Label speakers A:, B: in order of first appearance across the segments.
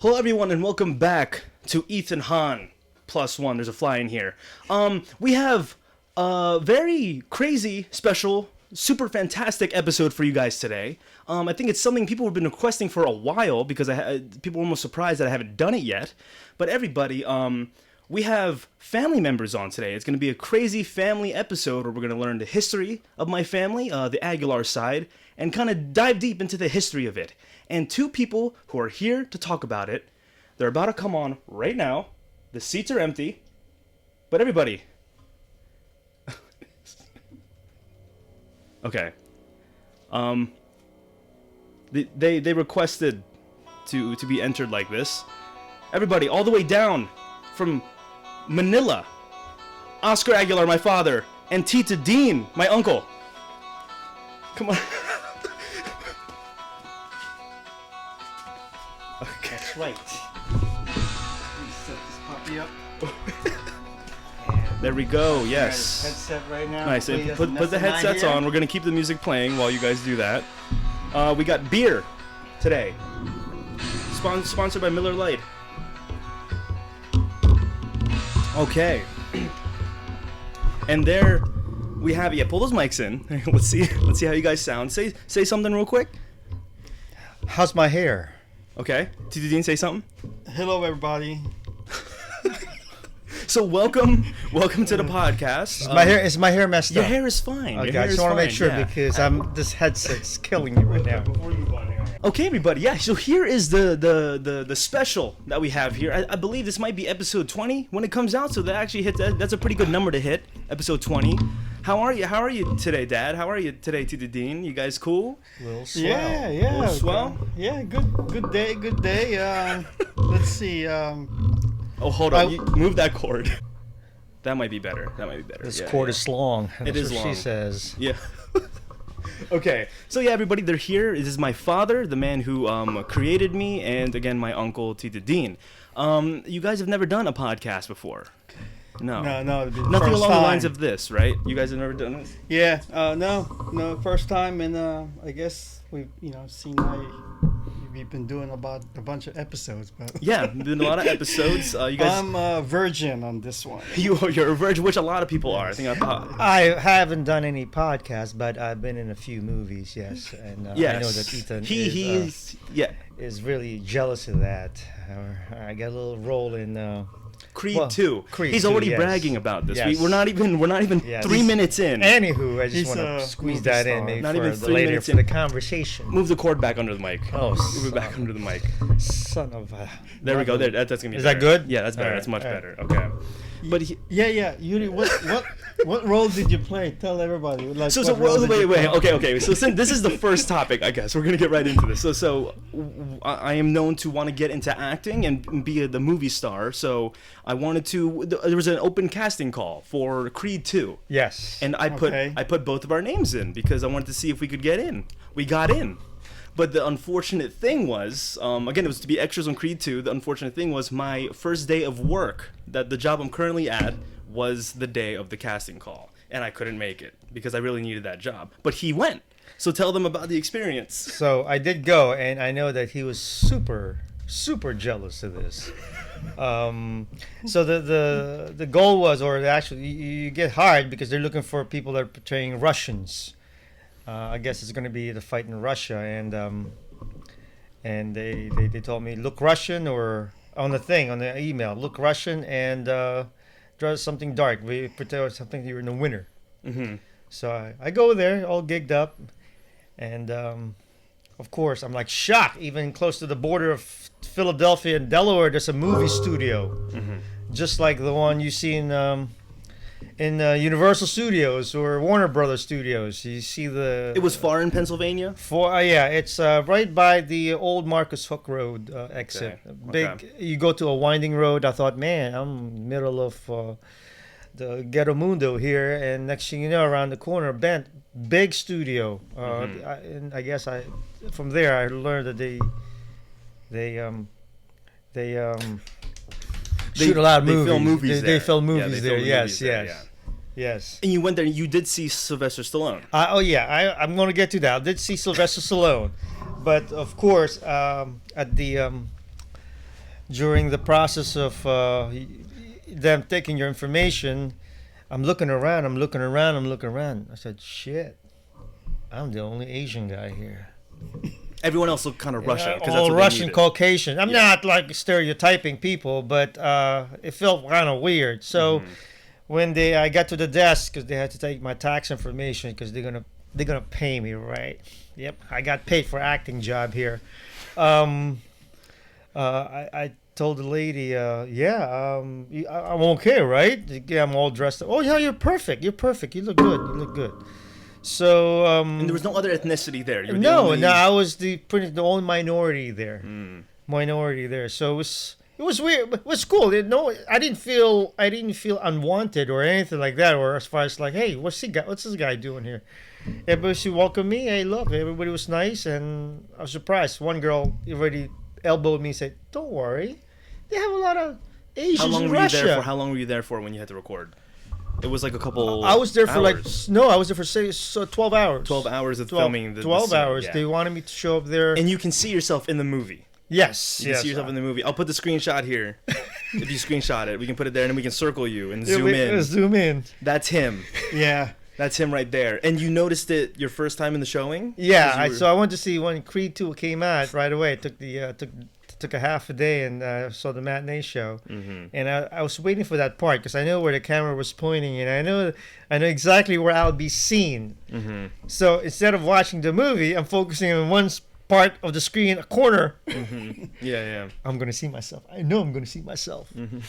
A: Hello, everyone, and welcome back to Ethan Hahn plus one. There's a fly in here. Um, we have a very crazy, special, super fantastic episode for you guys today. Um, I think it's something people have been requesting for a while because I ha- uh, people were almost surprised that I haven't done it yet. But everybody, um, we have family members on today. It's going to be a crazy family episode where we're going to learn the history of my family, uh, the Aguilar side, and kind of dive deep into the history of it. And two people who are here to talk about it. They're about to come on right now. The seats are empty. But everybody. okay. Um they, they they requested to to be entered like this. Everybody all the way down from Manila. Oscar Aguilar, my father, and Tita Dean, my uncle. Come on. okay.
B: That's right. set this puppy up.
A: There we go.
B: Got
A: Yes.
B: his headset right now.
A: Nice.
B: Hopefully
A: and
B: he
A: put,
B: doesn't
A: put the
B: mess with my
A: headsets
B: ear.
A: on. We're going to keep the music playing while you guys do that. Uh, we got beer today, Spon- sponsored by Miller Lite. Okay. And there we have. Yeah, pull those mics in. let's see. Let's see how you guys sound. Say say something real quick.
C: How's my hair?
A: Okay. T Dean, say something.
B: Hello, everybody.
A: So welcome, welcome to the podcast.
C: my
A: Um,
C: hair is my hair messed
A: Your
C: up.
A: hair is fine. Your
C: okay,
A: hair
C: I just
A: is
C: want to make
A: fine,
C: sure
A: yeah.
C: because I'm this headset's killing me right now.
B: Before you move on here.
A: Okay, everybody. Yeah. So here is the the the, the special that we have here. I, I believe this might be episode 20 when it comes out. So that actually hits. That, that's a pretty good number to hit. Episode 20. How are you? How are you today, Dad? How are you today, Tita Dean? You guys cool?
C: Little swell.
B: Yeah, yeah.
A: Well, swell.
B: Yeah, good good day, good day. Uh, let's see. Um,
A: Oh, hold on.
B: I-
A: You- move that cord. That might be better. That might be better.
C: This
A: Yeah,
C: cord
A: yeah.
C: is long. That's
A: is
C: what
A: long.
C: She says.
A: Yeah. okay. So yeah, everybody, they're here. This is my father, the man who um, created me, and again, my uncle Tita Dean. Um, you guys have never done a podcast before. No.
B: no, no. it'd be the
A: Nothing
B: first
A: along the lines
B: time.
A: of this, right? You guys have never done this.
B: Yeah, uh, no, no. First time, and uh, I guess we've you know seen I we've been doing about a bunch of episodes, but
A: Yeah, been a lot of episodes. Uh, you guys,
C: Um,
B: I'm a virgin on this one.
A: you you're a virgin, which a lot of people are. I think. I, uh,
C: I haven't done any podcasts, but I've been in a few movies. Yes, and uh,
A: yes.
C: I know that Ethan
A: He
C: is,
A: he
C: uh,
A: is yeah.
C: is really jealous of that. Uh, I got a little role in. Uh,
A: Creed
C: well,
A: two.
C: Creed
A: He's
C: 2,
A: already
C: yes.
A: bragging about this.
C: Yes.
A: We, we're not even we're not even
C: Yes.
A: three minutes in.
C: anywho, I just
B: He's
C: want
B: a
C: to squeeze
B: movie
C: that
B: star.
C: in maybe
A: Not
C: for
A: even
C: the
A: three
C: later
A: minutes
C: for the
A: in.
C: conversation.
A: Move the cord back under the mic.
C: Oh,
A: move it back
C: son.
A: under the mic.
C: Son of a.
A: There we go. There, that, that's gonna be.
C: Is that
A: better.
C: good?
A: Yeah, that's better.
C: Alright,
A: that's much
C: alright.
A: better. Okay. But he,
B: Yeah, yeah. Yuri, what what what role did you play? Tell everybody. Like,
A: so
B: what
A: so
B: role
A: wait
B: did you
A: wait wait.
B: play?
A: Okay okay. So since this is the first topic, I guess we're gonna get right into this. So so w- I I am known to want to get into acting and be a, the movie star. So I wanted to. There was an open casting call for Creed two.
C: Yes.
A: and I put
B: Okay.
A: I put both of our names in because I wanted to see if we could get in. We got in, but the unfortunate thing was, um, again, it was to be extras on Creed Two. The unfortunate thing was my first day of work, that the job I'm currently at, was the day of the casting call, and I couldn't make it because I really needed that job. But he went, so tell them about the experience.
C: So I did go, and I know that he was super, super jealous of this. Um, so the, the the goal was, or actually, you, you get hired because they're looking for people that are portraying Russians. Uh, I guess it's going to be the fight in Russia, and um, and they, they they told me look Russian or on the thing on the email look Russian and uh, draw something dark. We portray something you're in the winter.
A: Mm-hmm.
C: So I, I go there, all gigged up, and um, of course I'm like shocked. Even close to the border of Philadelphia and Delaware, there's a movie studio,
A: Mm-hmm.
C: just like the one you see in um, in uh, Universal Studios or Warner Brothers Studios. You see the
A: It was far in Pennsylvania.
C: for uh, yeah, it's uh, right by the old Marcus Hook Road uh, exit.
A: Okay,
C: Big,
A: okay.
C: you go to a winding road. I thought, man, I'm middle of uh, the ghetto mundo here, and next thing you know, around the corner, bent big studio. Uh,
A: Mm-hmm.
C: I, and I guess I from there I learned that they they um they um
A: They-
C: shoot a lot of
A: they
C: movies.
A: film movies
C: They, they
A: there.
C: film
A: Yeah, they
C: movies there.
A: film
C: yes,
A: movies there,
C: yes, yes.
A: And you went there and you did see Sylvester Stallone.
C: Uh, oh yeah, I, I'm gonna get to that. I did see Sylvester Stallone, but of course, um, at the um, during the process of uh, y- y- them taking your information, I'm looking around, I'm looking around, I'm looking around. I said, "Shit, I'm the only Asian guy here."
A: Everyone else looked kind of Russian.
C: Uh,
A: because that's
C: all
A: what they
C: Russian
A: needed.
C: Caucasian. I'm not like stereotyping people, but uh, it felt kind of weird. So
A: Mm-hmm.
C: when they, I got to the desk because they had to take my tax information because they're gonna they're gonna pay me right. Yep, I got paid for acting job here. Um, uh, I, I told the lady, uh, yeah, um, you- I, I'm okay, right? Yeah, I'm all dressed up. Oh yeah, you're perfect. You're perfect. You look good. You look good. So um,
A: And there was no other ethnicity there. You were the
C: no,
A: only- Hmm.
C: no, I was the pretty the only minority there. Minority there, so it was it was weird, but it was cool. It, no, I didn't feel I didn't feel unwanted or anything like that. Or as far as like, hey, what's he got? What's this guy doing here? Everybody she welcomed me. Hey, look, everybody was nice, and I was surprised. One girl already elbowed me and said, "Don't worry, they have a lot of Asians
A: How long
C: in
A: were you
C: Russia."
A: there for? How long were you there for when you had to record? It was like a couple.
C: I was there for like
A: hours.
C: s- no, I was there for say so twelve hours.
A: twelve hours of
C: 12,
A: filming. The, the
C: 12
A: scene,
C: hours.
A: yeah.
C: They wanted me to show up there.
A: and you can see yourself in the movie.
C: yes,
A: You can
C: yes.
A: see yourself in the movie. I'll put the screenshot here. if you screenshot it, we can put it there, and then we can circle you and
C: Yeah,
A: zoom
C: we-
A: in.
C: uh, Zoom in.
A: That's him.
B: Yeah.
A: That's him right there. And you noticed it your first time in the showing.
C: Yeah,
A: 'Cause you
C: I,
A: were-
C: so I went to see when Creed Two came out right away. It took the uh, took took a half a day and uh, saw the matinee show.
A: Mm-hmm.
C: And I, I was waiting for that part because I know where the camera was pointing, and I know I know exactly where I'll be seen.
A: Mm-hmm.
C: So instead of watching the movie, I'm focusing on one s- part of the screen, a corner.
A: yeah, yeah.
C: I'm gonna see myself. I know I'm gonna see myself.
A: Mm.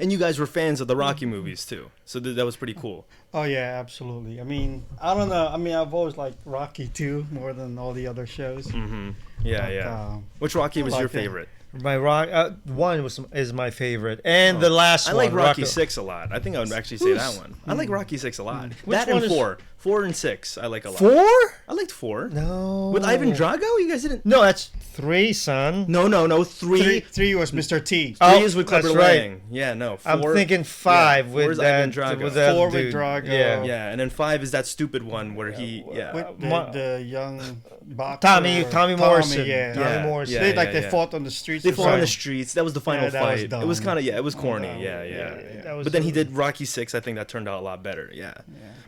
A: And you guys were fans of the Rocky movies too, so th- that was pretty cool.
B: Oh yeah, absolutely. I mean, I don't know. I mean, I've always liked Rocky too more than all the other shows.
A: Mm. Yeah,
B: But,
A: yeah.
B: um,
A: Which Rocky was
B: like
A: your
B: that.
A: favorite?
C: My rock uh, one was is my favorite, and the last
A: Oh. I
C: one.
A: like Rocky
C: Rocko-
A: Six a lot. I think I would actually say that
C: Who's- Hmm.
A: one. I like Rocky Six a lot.
C: Which
A: that and
C: one is-
A: four, four and six, I like a lot.
C: Four?
A: I liked four.
C: No.
A: With Ivan Drago, you guys didn't.
C: No, that's three, son.
A: No, no, no. Three.
B: Three,
A: Three,
B: three was Mr. T.
C: Oh,
A: is with Clever
C: that's right.
A: Lang. Yeah, no. Four,
C: I'm thinking five
A: yeah, four
C: with
A: is
C: that.
A: Ivan Drago.
C: With that
B: Four with
C: dude.
B: Drago.
C: Yeah.
A: Yeah, and then five is that stupid one where he. Yeah.
B: With the,
C: Ma-
B: the young boxer.
C: Tommy- Tommy Morrison.
B: yeah.
C: Tommy
A: yeah,
C: Morrison.
A: yeah,
B: they,
A: yeah,
B: like they
A: yeah.
B: fought on the streets.
A: They
B: or
A: fought on the
B: something.
A: streets. That was the final
B: Yeah, that was
A: fight. it was
B: dumb.
A: kind of yeah. It was corny. yeah, yeah.
C: yeah. That was
A: but then he
C: really-
A: did Rocky Six. I think that turned out a lot better. Yeah.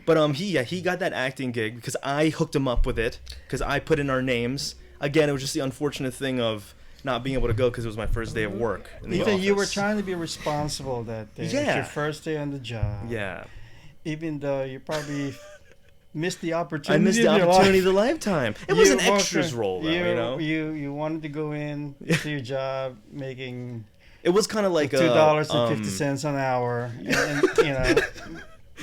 A: But um, he yeah he got that acting gig because I hooked him up with it because I put in our names. Again, it was just the unfortunate thing of not being able to go because it was my first day of work. In the
B: Ethan, you were
A: office.
B: trying to be responsible that day. It's
A: Yeah.
B: your first day on the job.
A: Yeah.
B: Even though you probably missed the
A: I
B: opportunity.
A: missed the
B: of your life.
A: opportunity of the lifetime. It was
B: You
A: an
B: walked
A: extras
B: in-
A: role, though, you,
B: You,
A: know.
B: you you wanted to go in to your job making
A: it was kind of like
B: two dollars
A: a,
B: and fifty
A: um,
B: cents an hour, and, you know,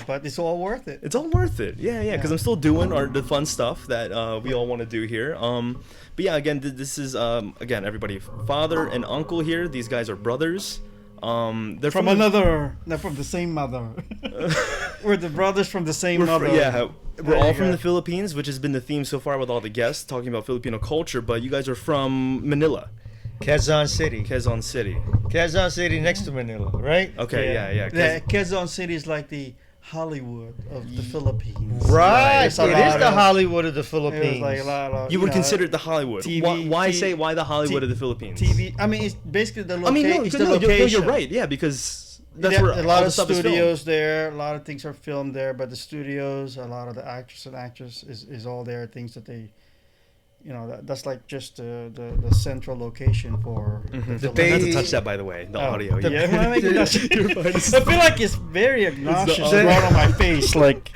B: but it's all worth it.
A: it's all worth it. Yeah, yeah, because I'm still doing our, the fun stuff that uh, we all want to do here. Um, but yeah, again, th- this is um, again everybody, father and uncle here. These guys are brothers. Um, they're
B: From
A: the-
B: another, no, from the same mother. We're the brothers from the same
A: We're fr-
B: mother.
A: yeah, we're
B: There
A: all
B: you
A: from
B: go.
A: the Philippines, which has been the theme so far with all the guests talking about Filipino culture. But you guys are from Manila,
C: Quezon City.
A: Quezon City.
C: Quezon City next to Manila, right?
A: Okay, yeah, yeah.
B: Yeah,
A: Quez-
B: Quezon City is like the Hollywood of the Philippines.
C: Right.
B: It's a
C: It
B: lot
C: is the
B: of-
C: Hollywood of the
B: It was
C: Philippines.
B: like a lot of
A: You would
B: know,
A: consider it the Hollywood.
B: TV
A: why why
B: T-
A: say why the Hollywood
B: T-
A: of the Philippines?
B: TV. I mean, it's basically the, loca-
A: I mean, no,
B: it's
A: no,
B: the
A: no, you're, no,
B: location.
A: you're right. Yeah, because that's
B: There-
A: where
B: a lot
A: all the
B: of
A: stuff is filmed.
B: studios there. A lot of things are filmed there, but the studios, a lot of the actors and actress is, is all there. Things that they, you know, that, that's like just the, the, the central location for
A: The
B: film.
C: Bay-
A: not to
C: Not to
A: touch Mm-hmm. that, by the way. The
B: Oh,
A: audio.
B: the-
A: yeah.
B: am I making that shit? I feel like it's very obnoxious
A: audio.
B: right on my face. Like,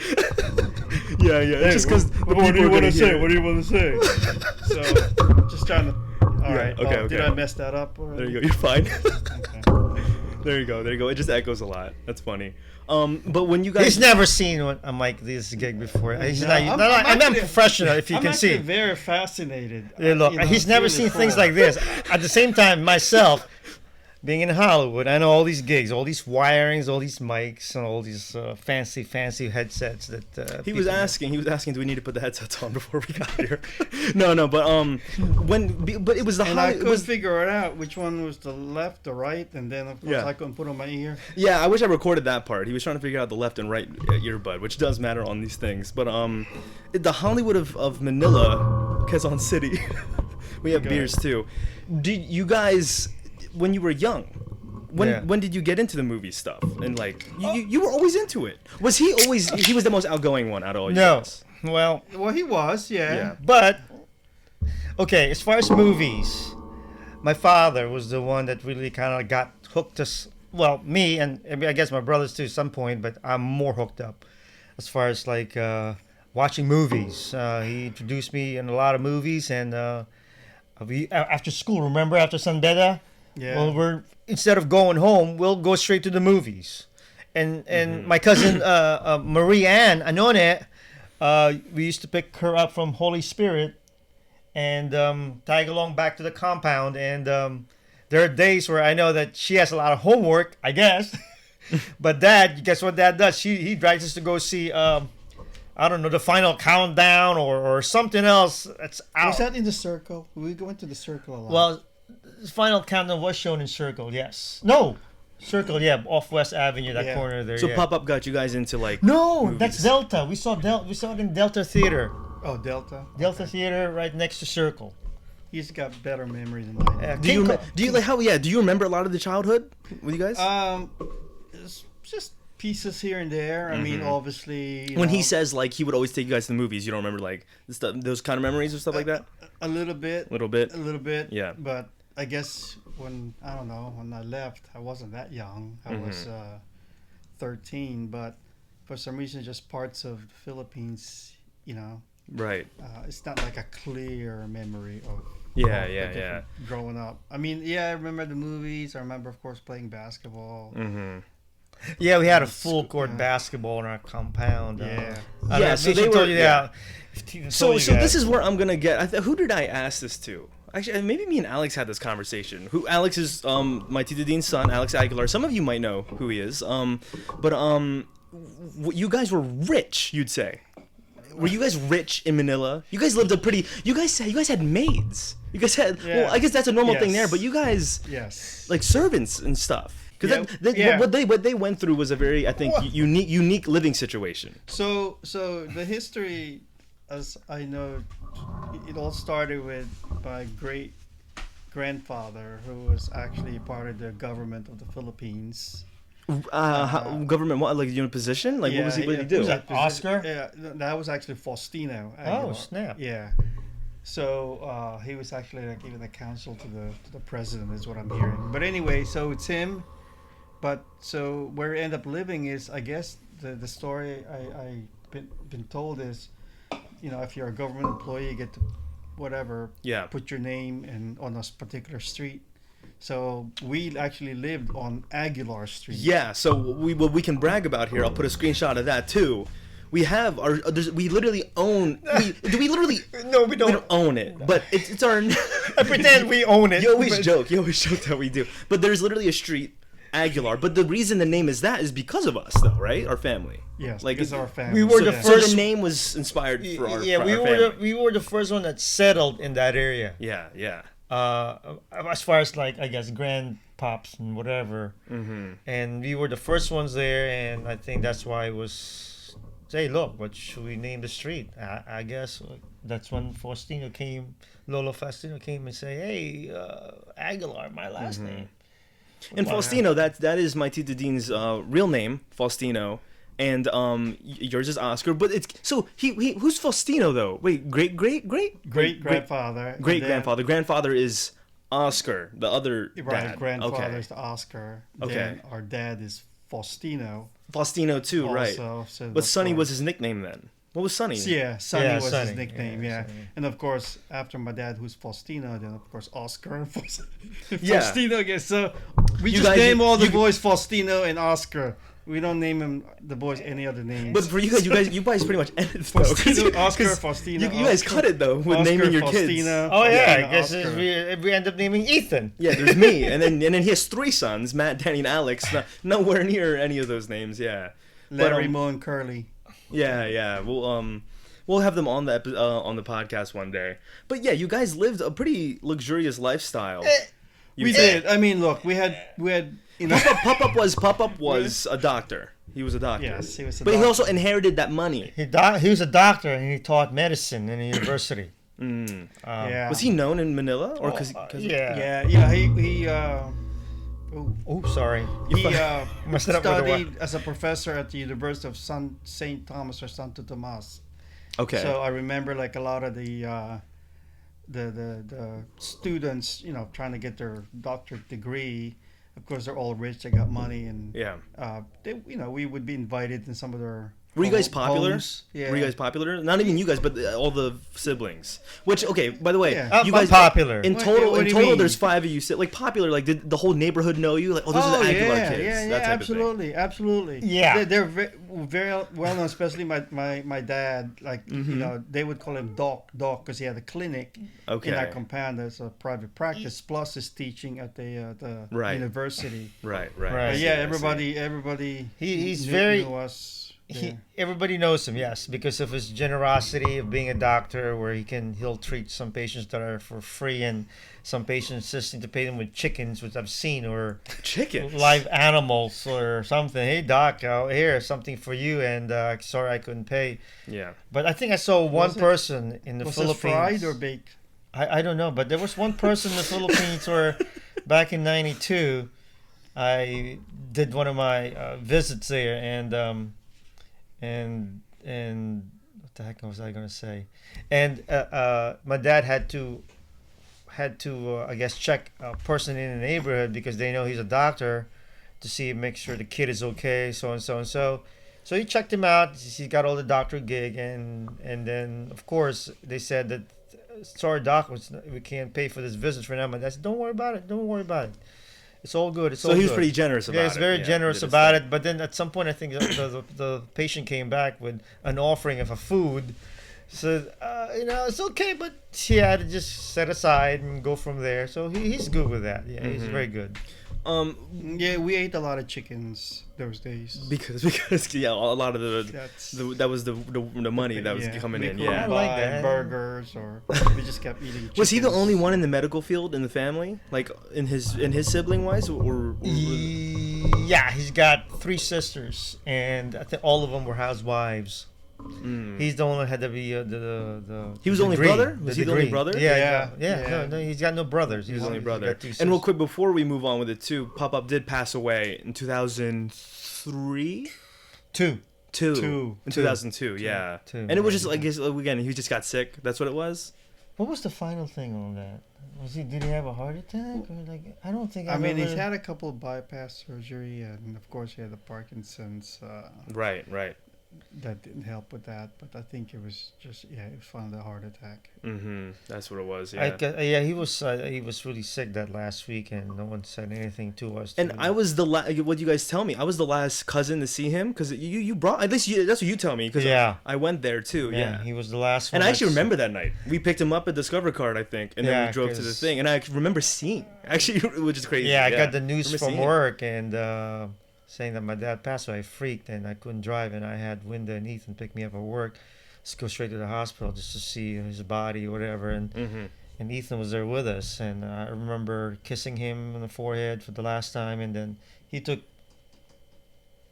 A: yeah, yeah.
B: hey,
A: just because
B: what, what do you want to say? What do you want to say? so, just trying to. All
A: Yeah,
B: right.
A: okay,
B: oh, Did
A: okay.
B: I mess that up? Already?
A: There you go. You're fine.
B: Okay.
A: there you go. There you go. It just echoes a lot. That's funny. Um, but when you guys,
C: He's never seen one, a mic this gig before. He's
B: No,
C: not.
B: I'm-
C: no, no,
B: I'm
C: I'm not
B: actually-
C: professional. If you
B: I'm
C: can
B: actually
C: see.
B: very fascinated.
C: Yeah, look,
B: You know,
C: he's never
B: seeing
C: seen
B: this
C: things
B: whole-
C: like this. At the same time, myself, being in Hollywood, I know all these gigs, all these wirings, all these mics, and all these uh, fancy, fancy headsets that uh,
A: He was
C: people-
A: asking. He was asking, "Do we need to put the headsets on before we got here?" no, no, but um, when but it was the
B: And I
A: high. It
B: couldn't
A: was
B: figure it out which one was the left, the right, and then of course
A: Yeah.
B: I couldn't put on my ear.
A: yeah. I wish I recorded that part. He was trying to figure out the left and right uh, earbud, which does matter on these things. But um, it- the Hollywood of of Manila, Quezon City, we have
B: Okay.
A: beers too. Did you guys when you were young? When,
C: Yeah. Oh.
A: when did you get into the movie stuff and like you, you, you were always into it? Was he always he was the most outgoing one out of all you
C: No,
A: guys?
C: well,
B: Well, he was, yeah.
A: Yeah.
C: But okay, as far as movies, my father was the one that really kind of got hooked us. Well, me and I, mean, I guess my brothers too, at some point. But I'm more hooked up as far as like uh, watching movies. Uh, he introduced me in a lot of movies, and uh, we, a- after school, remember after Sandeda,
B: Yeah.
C: well, we're instead of going home, we'll go straight to the movies. And and my cousin uh, uh, Marie Ann Anone, uh, we used to pick her up from Holy Spirit and um, tag along back to the compound. And um, there are days where I know that she has a lot of homework, I guess. but Dad, guess what Dad does? She he drives us to go see. Um, I don't know the final countdown or, or something else that's out.
B: Was that in the circle? We go into the circle a lot.
C: Well, the final countdown was shown in Circle, yes. No, Circle, yeah, off West Avenue, that
B: Yeah.
C: corner there.
A: So
C: yeah.
A: pop up got you guys into like
C: No, that's Delta. We saw Del- We saw it in Delta Theater.
B: oh, Delta.
C: Delta Theater, right next to Circle.
B: He's got better memories than I. do.
C: Uh,
A: Do you
C: King Uh,
A: rem-
C: Co-
A: do you like how yeah? Do you remember a lot of the childhood with you guys?
B: Um, it's just pieces here and there. I mean, obviously. you
A: Mm-hmm. when
B: know,
A: he says like he would always take you guys to the movies, you don't remember like the stuff, those kind of memories or stuff like that.
B: a little bit,
A: A little bit.
B: a little bit,
A: Yeah.
B: But I guess when I don't know when I left, I wasn't that young. I
A: Mm-hmm.
B: was uh, thirteen, but for some reason, just parts of the Philippines. You know,
A: Right.
B: uh, it's not like a clear memory of.
A: Yeah,
B: of the
A: yeah,
B: different Growing up, I mean, yeah, I remember the movies. I remember, of course, playing basketball.
A: Mm-hmm.
C: yeah, we had a full court
B: Yeah.
C: basketball in our compound.
B: Yeah.
C: Uh,
A: Yeah,
C: yeah,
A: so
C: so
A: they
C: told
A: were- yeah.
C: you, yeah. If she
A: So
C: told you
A: so
C: that.
A: this is where I'm gonna get. I th- who did I ask this to? Actually, uh, maybe me and Alex had this conversation. Who Alex is? Um, my Tita Dean's son, Alex Aguilar. Some of you might know who he is. Um, but um, w- you guys were rich, you'd say. Were you guys rich in Manila? You guys lived a pretty. You guys you guys had maids. You guys had. Well,
B: Yeah.
A: I guess that's a normal thing there.
B: Yes.
A: But you guys.
B: Yes.
A: like servants and stuff. Because
B: Yeah,
A: that,
B: yeah.
A: What, what they what they went through was a very I think
C: Well-
A: unique unique living situation.
B: So, so the history, as I know, it- it all started with my great grandfather, who was actually part of the government of the Philippines.
A: Uh, how, government what like you in a position like what was he what did he do?
B: was
C: that
B: that posi-
C: Oscar?
B: Yeah, th- that was actually Faustino.
C: Oh,
B: Aguilar.
C: snap.
B: Yeah. So uh, he was actually like even the counsel to the to the president is what I'm hearing. But anyway, so it's him. But so where we end up living is, I guess the the story I I been been told is, you know, if you're a government employee, you get to whatever
A: yeah.
B: put your name and on a s- particular street. So we actually lived on Aguilar Street.
A: Yeah, so we what we can brag about here. I'll put a screenshot of that too. We have our uh, there's, we literally own we do we literally
C: no, we don't.
A: we don't own it, but it's, it's our
C: I pretend we own it.
A: You always
C: but-
A: joke. You always joke that we do. But there's literally a street, Aguilar. But the reason the name is that is because of us, though, right? Our family.
B: Yes,
A: Like
B: like
A: it's
B: because
A: our.
B: our family.
C: we were
A: So,
C: the
A: so
C: first-
A: the name was inspired for our.
C: Yeah,
A: for
C: we
A: our
C: were the,
A: family.
C: we were the first one that settled in that area.
A: Yeah, yeah.
C: uh, as far as like I guess grandpops and whatever. Mm-hmm. And we were the first ones there, and I think that's why it was. Hey, look, what should we name the street? I, I guess that's when Faustino came, Lolo Faustino came and say, "Hey, uh, Aguilar, my last name."
A: And
C: Wow.
A: Faustino, that that is my Tita Dean's uh, real name, Faustino, and um, y- yours is Oscar. But it's so he, he who's Faustino though? Wait, great, great, great,
B: great grandfather. and
A: great
B: then-
A: grandfather. Grandfather is Oscar, the other
B: Right,
A: dad.
B: grandfather
A: Okay.
B: is the Oscar.
A: Okay.
B: Then our dad is Faustino.
A: Faustino too, Oh, right?
B: Also, so
A: But Sonny
B: therefore-
A: was his nickname then. What was Sonny?
B: Yeah, Sonny
C: Yeah,
B: was
C: Sonny,
B: his nickname.
C: yeah,
B: Yeah,
C: Sonny.
B: and of course after my dad, who's Faustino, then of course Oscar and Faust-
A: Yeah.
B: Faustino. again. So we
A: You
B: just
A: guys-
B: name all the
A: you-
B: boys Faustino and Oscar. we don't name him the boys any other names.
A: But for you guys, you guys, you guys pretty much ended though. 'cause
B: Faustino,
A: you-
B: Oscar,
A: 'cause
B: Faustino,
A: You, you guys
B: Oscar,
A: cut it though with
B: Oscar,
A: naming your
B: Faustina.
A: kids.
C: Oh yeah,
B: Yeah,
C: I guess it's,
B: Oscar.
C: we we end up naming Ethan.
A: Yeah, there's me, and then and then he has three sons: Matt, Danny, and Alex. No, nowhere near any of those names. Yeah, But,
B: Larry,
A: um,
B: Moe, and Curly.
A: Yeah, yeah. We'll um, we'll have them on the epi- uh, on the podcast one day. But yeah, you guys lived a pretty luxurious lifestyle.
B: Eh, We did. I mean, look, we had we had you know.
A: Pop up was Pop up was a doctor. He was a doctor.
B: Yes, he was a
A: but he
B: doctor.
A: also inherited that money.
C: He doc- he was a doctor and he taught medicine in a university. Um,
B: Mm. yeah. Oh,
A: Was he known in Manila or because?
C: uh,
B: Yeah,
C: yeah.
B: yeah. He he uh, oh,
C: Oh, sorry.
B: he uh,
C: Messed it up with the wa-
B: studied as a professor at the University of San Saint Thomas or Santo Tomas.
A: Okay.
B: So I remember like a lot of the uh, the the the students, you know, trying to get their doctorate degree. Of course, they're all rich. They got money, and
A: yeah.
B: uh, they, you know, we would be invited in some of their.
A: Were you guys
B: home-
A: popular?
B: homes. Yeah.
A: Were you guys popular? Not even you guys, but uh, all the siblings. Which, okay, by the way,
B: Yeah.
C: I'm-
A: you
C: I'm
A: guys
C: popular.
A: in
B: What-
A: total.
B: what
A: in
B: do you
A: total,
B: mean?
A: there's five of you. si- Like popular, like did the whole neighborhood know you? Like, oh, those are the Aguilar
B: yeah,
A: kids.
B: Yeah, yeah,
A: that type Of thing.
B: absolutely, absolutely.
C: Yeah.
B: they're, they're very, very well known, especially my, my, my dad. Like
A: Mm-hmm.
B: you know, they would call him Doc Doc because he had a clinic in our
A: Okay.
B: compound that's a private practice plus his teaching at the uh, the
A: Right.
B: university.
A: Right, right.
C: Right.
A: I
B: But
A: see,
B: yeah,
A: I see.
B: everybody, everybody.
C: He- he's
B: knew-
C: very-
B: knew us.
C: He,
B: Yeah.
C: everybody knows him, yes, because of his generosity of being a doctor, where he can he'll treat some patients that are for free and some patients just need to pay them with chickens, which I've seen, or
A: Chickens.
C: live animals or something. Hey doc, uh, here something for you, and uh, sorry I couldn't pay.
A: Yeah.
C: But I think I saw one
B: Was it-
C: person in the
B: Was it
C: Philippines.
B: fried or baked?
C: I, I don't know, but there was one person in the Philippines where back in 92, I did one of my uh, visits there and, um, and, and what the heck was I going to say? And uh, uh, my dad had to, had to, uh, I guess, check a person in the neighborhood because they know he's a doctor to see, make sure the kid is okay, so and so and so. So he checked him out. He got all the doctor gig, and and then of course they said that sorry doc, it's not- we can't pay for this visit for now. My dad said, don't worry about it. Don't worry about it. It's all good. It's
A: So
C: all
A: he was
C: good."
A: pretty generous about
C: Yeah, he's
A: it.
C: very
A: Yeah,
C: generous
A: did his
C: about
A: thing.
C: it. But then at some point, I think the, the, the, the patient came back with an offering of a food. Said, uh, you know, it's okay, but he had to just set aside and go from there. So he, he's good with that. Yeah,
A: Mm-hmm.
C: he's very good.
A: Um,
B: Yeah, we ate a lot of chickens those days.
A: because because yeah, a lot of the,
B: That's-
A: the that was the the, the money that was coming
B: we
A: in.
B: couldn't
A: Yeah.
C: I like
B: buy
C: that.
B: burgers or we just kept eating. Chickens.
A: Was he the only one in the medical field in the family, like in his in his sibling wise, or, or
C: Yeah, he's got three sisters, and I think all of them were housewives.
A: Mm.
C: He's the only that had to be uh, the, the the.
A: He was the only
C: degree-
A: brother? Was he the only
C: degree.
A: brother?
B: Yeah,
C: Yeah, yeah, yeah.
B: yeah.
C: No, no, he's got no brothers.
A: his
C: He's
A: only
C: he's
A: brother?
C: got two
A: And real
C: sisters.
A: quick before we move on with it too, Pop Up did pass away in two thousand three.
C: two.
A: Two.
B: Two.
A: In 2002, yeah.
C: Two.
A: And it was just like, his- again, he just got sick. That's what it was.
C: What was the final thing on that? Was he? Did he have a heart attack? Or like, I don't think. I,
B: I mean, he's
C: remember-
B: had a couple of bypass surgery, and of course, he had the Parkinson's. Uh,
A: Right, right.
B: that didn't help with that, but I think it was just yeah, it was finally a heart attack.
A: Mm-hmm. That's what it was,
C: I
A: yeah.
C: ca- yeah, he was. Uh, he was really sick that last week, and no one said anything to us.
A: and
C: to-
A: I was the last. What you guys tell me? I was the last cousin to see him because you you brought at least you, that's what you tell me because
C: Yeah.
A: I, went there too.
C: Man,
A: yeah,
C: he was the last one.
A: and I actually
C: that's-
A: remember that night. We picked him up at Discover Card, I think, and then
C: Yeah,
A: we drove to the
C: 'cause-
A: thing. And I remember seeing actually, which is crazy.
C: Yeah, I got the news
A: Remember
C: from
A: seeing it.
C: work and uh, saying that my dad passed, so I freaked and I couldn't drive, and I had Winda and Ethan pick me up at work. Let's go straight to the hospital just to see his body or whatever. And
A: Mm-hmm.
C: and Ethan was there with us, and I remember kissing him on the forehead for the last time, and then he took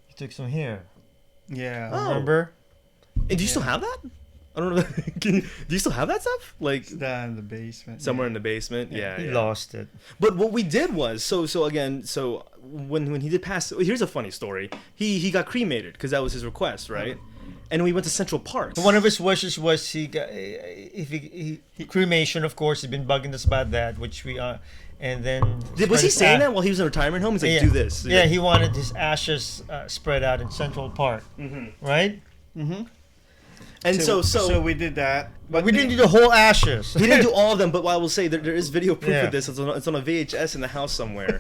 C: he took some hair.
B: Yeah.
A: Oh.
C: Remember?
A: And do you still have that? I don't know. Can you, do you still have that stuff? Like
B: Down in the basement.
A: somewhere
B: yeah.
A: in the basement? Yeah,
C: he
A: yeah.
C: lost it.
A: But what we did was so so again so when when he did pass here's a funny story he he got cremated because that was his request right and we went to Central Park
C: One of his wishes was he got if he, he cremation, of course. He'd been bugging us about that, which we uh, and then
A: Did, was he saying
C: Ah.
A: that while he was in a retirement home? He's like, do this.
C: Yeah, he wanted his ashes uh, spread out in Central Park,
A: Mm-hmm.
C: right?
A: and so, so,
B: so we did that, but
C: We didn't do the whole ashes.
A: he didn't do all of them. But what I will say, there, there is video proof
C: Yeah.
A: of this. It's on, it's on a VHS in the house somewhere.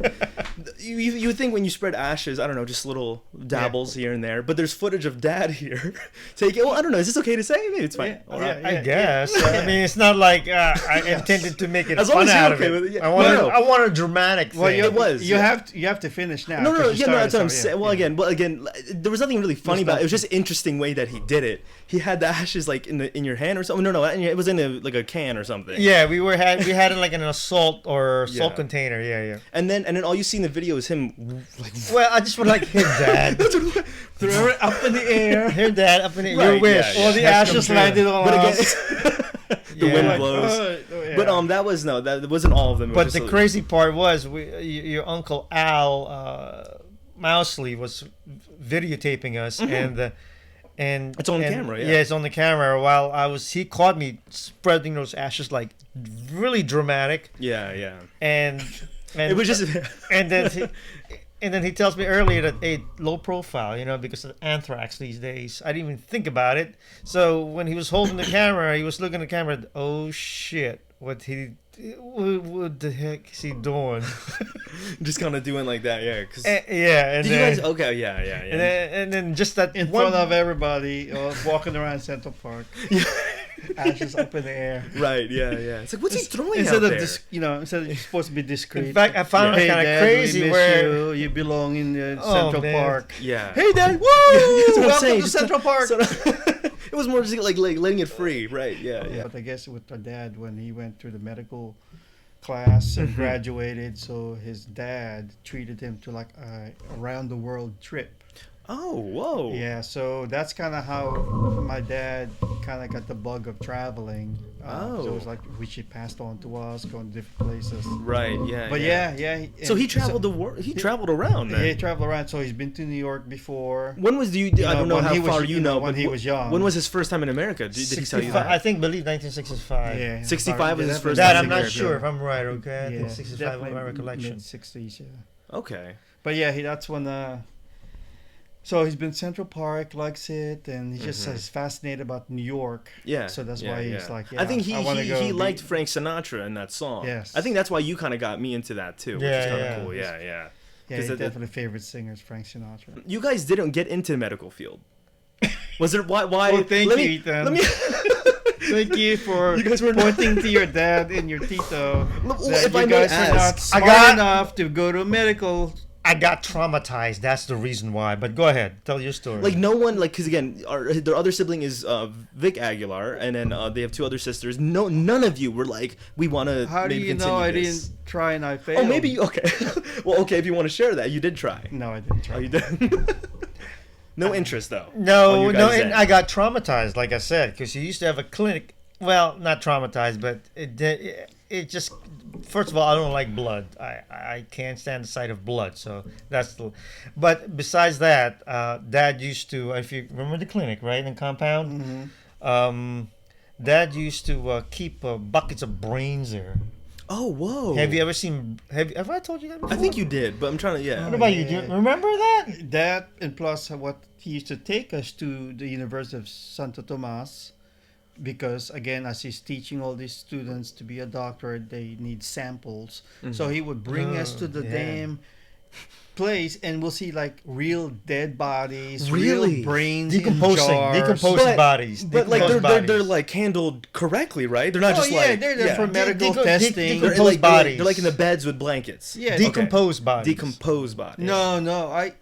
A: you you you would think when you spread ashes, I don't know, just little dabbles here and there. But there's footage of Dad here taking. Well, I don't know. Is this okay to say? Maybe it's fine.
B: Yeah,
A: Or-
B: yeah.
C: I guess. I mean, it's not like uh, I intended to make it
A: As long
C: fun
A: as you're
C: out
A: okay
C: of it.
A: with it, yeah.
C: I want,
A: No,
C: a,
A: no.
C: I want a dramatic thing.
B: Well, you,
A: It was,
B: You
A: yeah.
B: have to, you have to finish now.
A: No, no, no,
B: 'cause
A: yeah,
B: you
A: no,
B: started,
A: that's what I'm
B: so, yeah,
A: saying. Well,
B: yeah.
A: again, well, again, like, there was nothing really funny about it. It was just interesting way that he did it. He had the ashes like in the in your hand or something. No, no, in your- it was in a like a can or something.
C: yeah, we were had we had it like in an assault or salt
A: Yeah.
C: container. Yeah, yeah.
A: And then and then all you see in the video is him like.
C: Well, I just would like hit that,
B: Throw it up in the air.
C: hit that up in the, your
A: Right,
C: wish.
A: yeah,
B: All the
C: has come
B: ashes
C: true.
B: landed on
A: But
B: us.
A: again, the
C: Yeah.
A: wind blows.
B: Oh, yeah.
A: But um, that was no, that wasn't all of them. It
C: But
A: was
C: the
A: just a-
C: crazy part was, we, y- your uncle Al uh, Mousley was videotaping us, and the, and
A: Mm-hmm. It's on
C: and-
A: camera, yeah.
C: yeah, it's on the camera. While I was, he caught me spreading those ashes like really dramatic,
A: yeah, yeah.
C: and, and
A: It was just
C: and then he, and then he tells me earlier that hey, low profile, you know, because of anthrax these days. I didn't even think about it. So when he was holding the camera, he was looking at the camera. Oh shit! What he what, what the heck is he doing?
A: just kind of doing like that. Yeah, because
C: Eh, yeah, and
A: did you
C: then,
A: guys? Okay, yeah, yeah, yeah.
C: and then and then just that
B: in
C: one
B: front of everybody, uh, walking around Central Park, ashes up in the air.
A: right, yeah, yeah. It's like what's he throwing out
B: Instead of
A: there?
B: dis- you know, instead of you're supposed to be discreet.
C: In fact, I found it
B: hey,
C: kind
B: Dad,
C: of
B: we
C: crazy
B: miss
C: where.
B: you. you belong in uh,
C: Oh,
B: Central
C: man.
B: Park.
A: yeah.
B: Hey, Dad! Woo!
A: That's what I'm
B: Welcome
A: saying,
B: to
A: just-
B: Central Park.
A: So- it was more just like, like letting it free, right? Yeah, yeah.
B: But I guess with our dad, when he went through the medical class and graduated, so his dad treated him to like a around the world trip.
A: Oh, whoa.
B: Um, Yeah, so that's kind of how my dad kind of got the bug of traveling. Uh, So it was
A: Oh.
B: like which he passed on to us, going to different places.
A: Right. Yeah.
B: But yeah, yeah. he-
A: So he
B: and
A: traveled the world. He traveled around.
B: Yeah, he
A: Then.
B: traveled around. So he's been to New York before.
A: When was you? I
B: know,
A: don't know
B: when
A: how
B: he was-
A: far
B: you
A: you
B: know,
A: know.
B: when
A: but
B: he
A: wh-
B: was young.
A: When was his first time in America? Did, did he tell you
C: 65 I
A: that?
C: think believe 1965.
B: Yeah,
A: 65 was his first
C: That
A: I think
C: I'm not
A: you're
C: sure if I'm right. Okay, I think 65 was
B: definitely
C: my recollection.
B: Mid-60s, yeah.
A: Okay.
B: But yeah, he, that's when. Uh, so he's been Central Park, likes it, and he just is fascinated about New York.
A: Mm-hmm. Yeah.
B: So that's
A: yeah,
B: why
A: yeah.
B: he's like,
A: I think
B: "Yeah,
A: he
B: I wanna
A: he,
B: go
A: he
B: be-"
A: liked Frank Sinatra in that song.
B: Yes.
A: I think that's why you kind of got me into that too, which
C: Yeah,
A: is kind of
C: yeah.
A: cool. Yeah, yeah.
B: Yeah,
A: 'cause
B: his
A: it- it-
B: definitely favorite singer is Frank Sinatra.
A: You guys didn't get into the medical field. Was there why? Why?
B: Well, thank
A: let
B: you,
A: me,
B: Ethan.
A: Let me.
B: Thank you for
A: You guys were not-
B: pointing to your dad and your Tito
A: Look,
B: that
A: if
B: you
A: I may
B: guys are not
A: ask-
C: I
B: smart
C: got-
B: enough to go to medical.
C: I got traumatized. That's the reason why. But go ahead, tell your story.
A: like no one like because again our, their other sibling is uh, Vic Aguilar and then uh, they have two other sisters. No, none of you were like we want to.
B: How do
A: maybe
B: you
A: continue
B: know I
A: this.
B: didn't try and I failed?
A: Oh, maybe you, okay. well, okay, if you want to share that, you did try.
B: No, I didn't try.
A: Oh, you did. no interest though. on
C: No,
A: you
C: no,
A: guys'
C: and
A: end.
C: I got traumatized, like I said, because he used to have a clinic. Well, not traumatized, but it did. It just, first of all, I don't like blood. I, I can't stand the sight of blood. So that's the. But besides that, uh, Dad used to. If you remember the clinic, right, in compound,
A: Mm-hmm.
C: um, Dad used to uh, keep uh, buckets of brains there.
A: Oh, whoa.
C: Have you ever seen? Have you- have I told you that? Before?
A: I think you did, but I'm trying to. Yeah.
C: What about you? Do you remember that?
B: that and plus what he used to take us to the University of Santo Tomas because again as he's teaching all these students to be a doctor they need samples so
A: Mm-hmm.
B: he would bring us to
C: Oh,
B: the
C: yeah.
B: damn place and we'll see like real dead bodies
A: Really?
B: real brains
C: Decomposing,
B: in jars.
C: decomposed bodies.
A: But like they're,
C: decomposed
A: they're they're
C: bodies.
A: like handled correctly, right? They're not
B: oh
A: just
B: yeah
A: like
B: they're there for
C: They-
B: medical
C: they go- they- they
B: testing
C: go-
A: They're in, like, they're, like,
C: Decomposed
A: they're like in the beds with blankets.
B: Yeah.
A: Okay.
C: Decomposed bodies.
A: Decomposed bodies.
B: no no i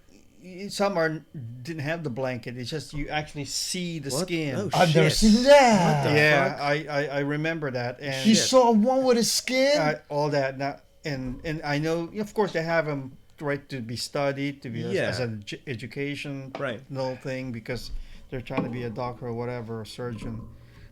B: some are didn't have the blanket it's just you actually see the
A: What?
B: skin
A: Oh,
C: I've never
A: Shit.
C: seen that.
A: What the-
B: yeah
A: fuck?
B: I, I i remember that and
C: You saw one with his skin.
B: uh, all that not, and and i know of course they have them right to be studied to be
A: Yeah.
B: a, as an edu- education
A: Right.
B: no thing because they're trying to be a doctor or whatever or surgeon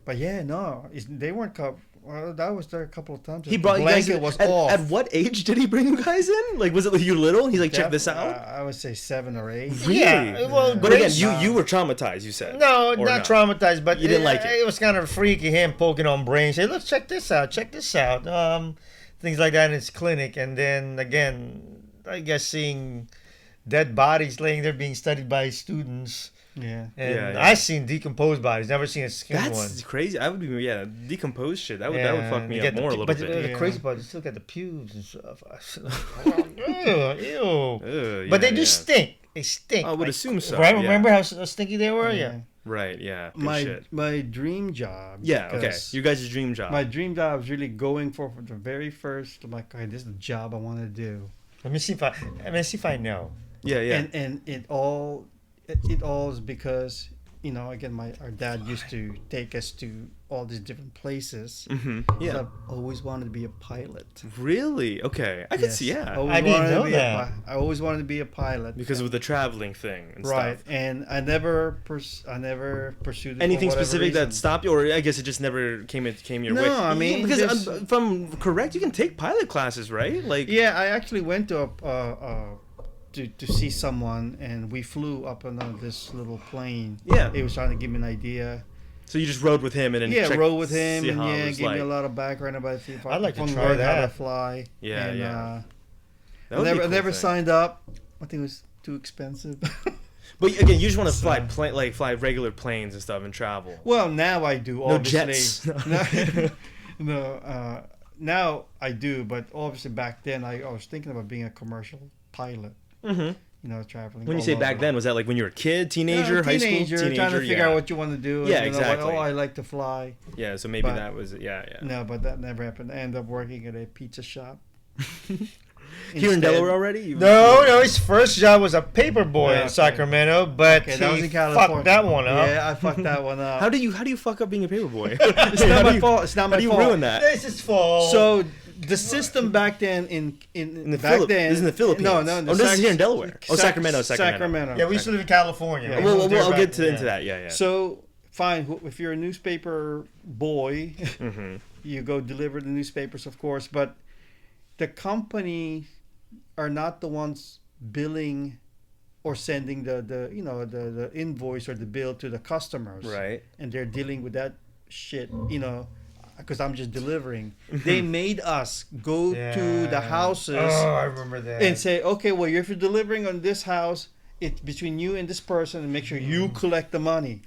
B: but yeah no it's, they weren't cov well, that was there a couple of times
A: He
B: The
A: brought you guys
B: blanket
A: in.
B: was
A: at,
B: off
A: at what age did he bring you guys in? Like, was it like you little? He's like, check
B: Def-
A: this
B: uh,
A: out.
B: i would say seven or eight
C: Yeah, well,
A: But again,
C: Grace-
A: you you were traumatized. You said
C: no,
A: Or
C: not, traumatized, but
A: You didn't like it.
C: It was kind of freaky. Him poking on brains. Hey, look, check this out. Check this out. Um, things like that in his clinic, and then again, I guess seeing dead bodies laying there being studied by students.
B: Yeah.
C: And
A: Yeah, yeah.
C: I've seen decomposed bodies, never seen a skin
A: That's
C: one.
A: crazy. I would be yeah, decomposed shit. That would that would fuck
C: And
A: me
C: you
A: up
C: get the
A: more a
C: pu-
A: little
C: but
A: bit.
C: The,
B: Yeah.
C: crazy part, is you still got the pubes and stuff. ew, ew.
A: Ugh,
C: but they
A: yeah,
C: do
A: yeah.
C: stink. They stink.
A: I would
C: like-
A: assume so,
C: Right?
A: yeah.
C: Remember how s- uh, stinky they were? Yeah.
B: Mm-hmm.
A: Right. Yeah. Good
B: My
A: shit.
B: my dream job.
A: Yeah. Okay.
B: 'cause
A: You guys' dream job.
B: my dream job is really going for, for the very first. I'm like, okay, this is the job I want to do.
C: Let me see if I. Let me see if I know.
A: yeah. Yeah.
B: And and it all it, it all is because you know again my our dad used to take us to all these different places.
A: hmm Yeah.
B: So I've always wanted to be a pilot.
A: Really? Okay. I could
B: Yes. Oh,
A: see. Yeah.
B: always
C: I didn't
B: wanted to
C: know
B: be a
C: that.
B: pi- I always wanted to be a pilot.
A: because of the traveling thing and
B: right,
A: stuff.
B: and I never pers- I never pursued it for
A: Anything
B: whatever
A: specific that
B: reason.
A: stopped you, or I guess it just never came it came your
B: No,
A: way.
B: I mean,
A: because
B: just-
A: um, if I'm correct, you can take pilot classes, right? Like,
B: Yeah, I actually went to a, uh, uh, to to see someone, and we flew up on uh, this little plane.
A: Yeah.
B: he was trying to give me an idea.
A: So you just rode with him and then
B: yeah,
A: checked-
B: rode with him,
A: see
B: and
A: how it
B: yeah,
A: was
B: gave
A: like.
B: me a lot of background about if if I
C: I'd like to
B: if I'm
C: try
B: learning how to
C: that.
B: fly.
A: Yeah,
B: and,
A: yeah.
B: Uh,
A: That would be a
B: never
A: cool
B: never
A: thing.
B: signed up. I think it was too expensive.
A: But again, you just want to fly pla- like fly regular planes and stuff and travel.
B: Well, now I do.
A: No
B: Obviously.
A: jets.
B: No, no, uh, now I do, but obviously back then I, I was thinking about being a commercial pilot.
A: Mhm.
B: You know, traveling.
A: When you
B: all
A: say back
B: over.
A: then, was that like when you were a kid, teenager,
B: Yeah,
A: high school,
B: teenager,
A: teenager?
B: trying to figure
A: yeah.
B: out what you want to do.
A: Yeah,
B: and, you know, what,
A: exactly.
B: oh, I like to fly.
A: yeah, so maybe
B: but-
A: that was yeah, yeah.
B: No, but that never happened. I ended up working at a pizza shop.
A: Here in
B: Instead-
A: Delaware already? You-
C: No, no. His first job was a paper boy
B: Yeah,
C: in
B: okay.
C: Sacramento, but
B: Okay, that was
C: he
B: in California.
C: fucked that one up.
B: Yeah, I fucked that one up.
A: How do you how do you fuck up being a paperboy?
B: it's not my fault. It's not
A: How
B: my
A: do you
B: fault.
A: ruin that?
C: This is fall.
B: So the system back then in in,
A: the
B: back
A: Philip-
B: then
A: this is in the Philippines.
B: No, no,
A: Oh,
B: in
A: this is here in Delaware. Oh, Sacramento, Sacramento.
C: yeah, we used to live in California.
B: Yeah,
C: We
A: We'll,
C: moved
A: we'll,
C: there
A: I'll
C: back-
A: get to, into
C: yeah.
A: that. Yeah, yeah.
B: So fine, wh- if you're a newspaper boy,
A: hmm
B: you go deliver the newspapers, of course. But the company are not the ones billing or sending the the you know the the invoice or the bill to the customers,
A: Right.
B: And they're dealing with that shit, you know. Because I'm just delivering. They made us go to the
C: Yeah.
B: houses
C: Oh, I remember that.
B: and say, okay, well, if you're delivering on this house, it's between you and this person, and make sure you
C: Mm.
B: collect the money.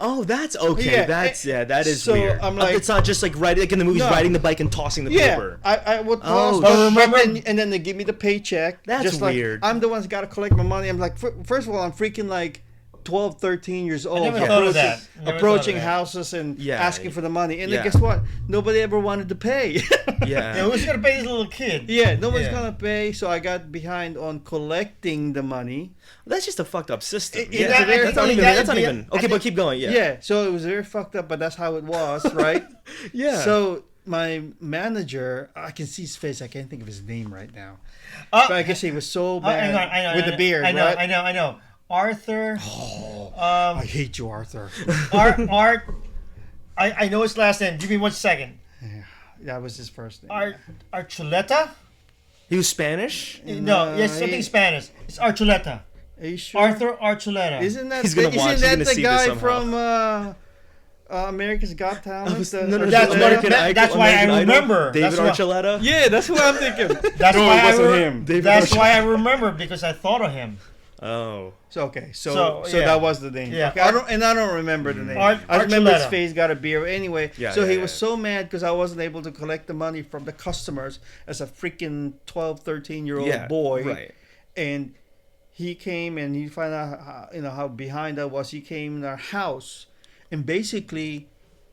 A: Oh, that's okay.
B: Yeah,
A: that's
B: eh,
A: yeah. That is
B: so
A: weird.
B: I'm like-
A: it's not just like riding like in the movies,
B: No.
A: riding the bike and tossing the
B: Yeah,
A: paper.
B: I, I would
A: Oh,
B: lost my-
C: Oh, remember-
B: and, and then they give me the paycheck.
A: That's
B: just like,
A: weird.
B: I'm the one's got to collect my money. I'm like, fir- first of all, I'm freaking like 12, 13 years old,
C: never thought of
B: approaching-
C: that. Never thought of
B: approaching
C: that.
B: houses and
A: Yeah,
B: asking for the money. And
A: yeah.
B: then guess what? Nobody ever wanted to pay.
A: Yeah.
C: yeah, who's gonna pay this little kid?
B: yeah, no one's
C: Yeah.
B: gonna pay. So I got behind on collecting the money.
A: That's just a fucked up system.
B: It- it-
A: Yeah,
B: that-
A: that's,
B: that's
A: not
B: only
A: even.
C: that-
A: That's not
C: yeah,
A: even.
C: I
A: Okay, but
C: think-
A: keep going.
B: Yeah.
A: Yeah.
B: so it was very fucked up, but that's how it was, right?
A: Yeah.
B: So my manager, I can see his face. I can't think of his name right now,
C: Oh,
B: but I guess he was so
C: oh, I
B: bad
C: know, I know,
B: with
C: I know,
B: the beard,
C: I know,
B: right? Oh.
C: I know, I know. Arthur. um,
B: I hate you, Arthur.
C: Art, Art. I, I know his last name. Give me one second.
B: that was his first name.
C: Art Archuleta? Eh,
A: He was Spanish.
C: No,
B: No,
C: yes, something
B: he-
C: Spanish. It's Archuleta.
B: Are you sure?
C: Arthur Archuleta.
B: Isn't that
A: He's gonna
B: isn't
A: watch, he's
B: that
A: gonna
B: the
A: see this
B: guy
A: somehow.
B: from uh, uh, America's Got Talent? uh,
A: was-
B: The-
A: no, no,
B: or
C: That's
B: the-
C: what it- that- that's why I
A: Idol,
C: remember.
A: David
C: That's why-
A: Archuleta.
B: yeah, that's what I'm thinking.
C: That's
B: No, it
C: why I
B: wasn't
C: re-
B: him.
A: David
C: That's
A: Archuleta.
C: why I remember because I thought of him.
A: Oh.
B: So okay, so
C: So,
B: so,
C: yeah.
B: that was the name.
C: Yeah.
B: Okay, I don't and I don't remember the name.
C: Art-
B: I remember his
C: Archuleta.
B: face got a beer anyway.
A: Mm. Yeah,
B: so
A: yeah,
B: he
A: yeah.
B: was so mad because I wasn't able to collect the money from the customers as a freaking 12, 13 year old
A: Yeah,
B: boy.
A: right.
B: And he came and he found out how, you know how behind I was. He came in our house and basically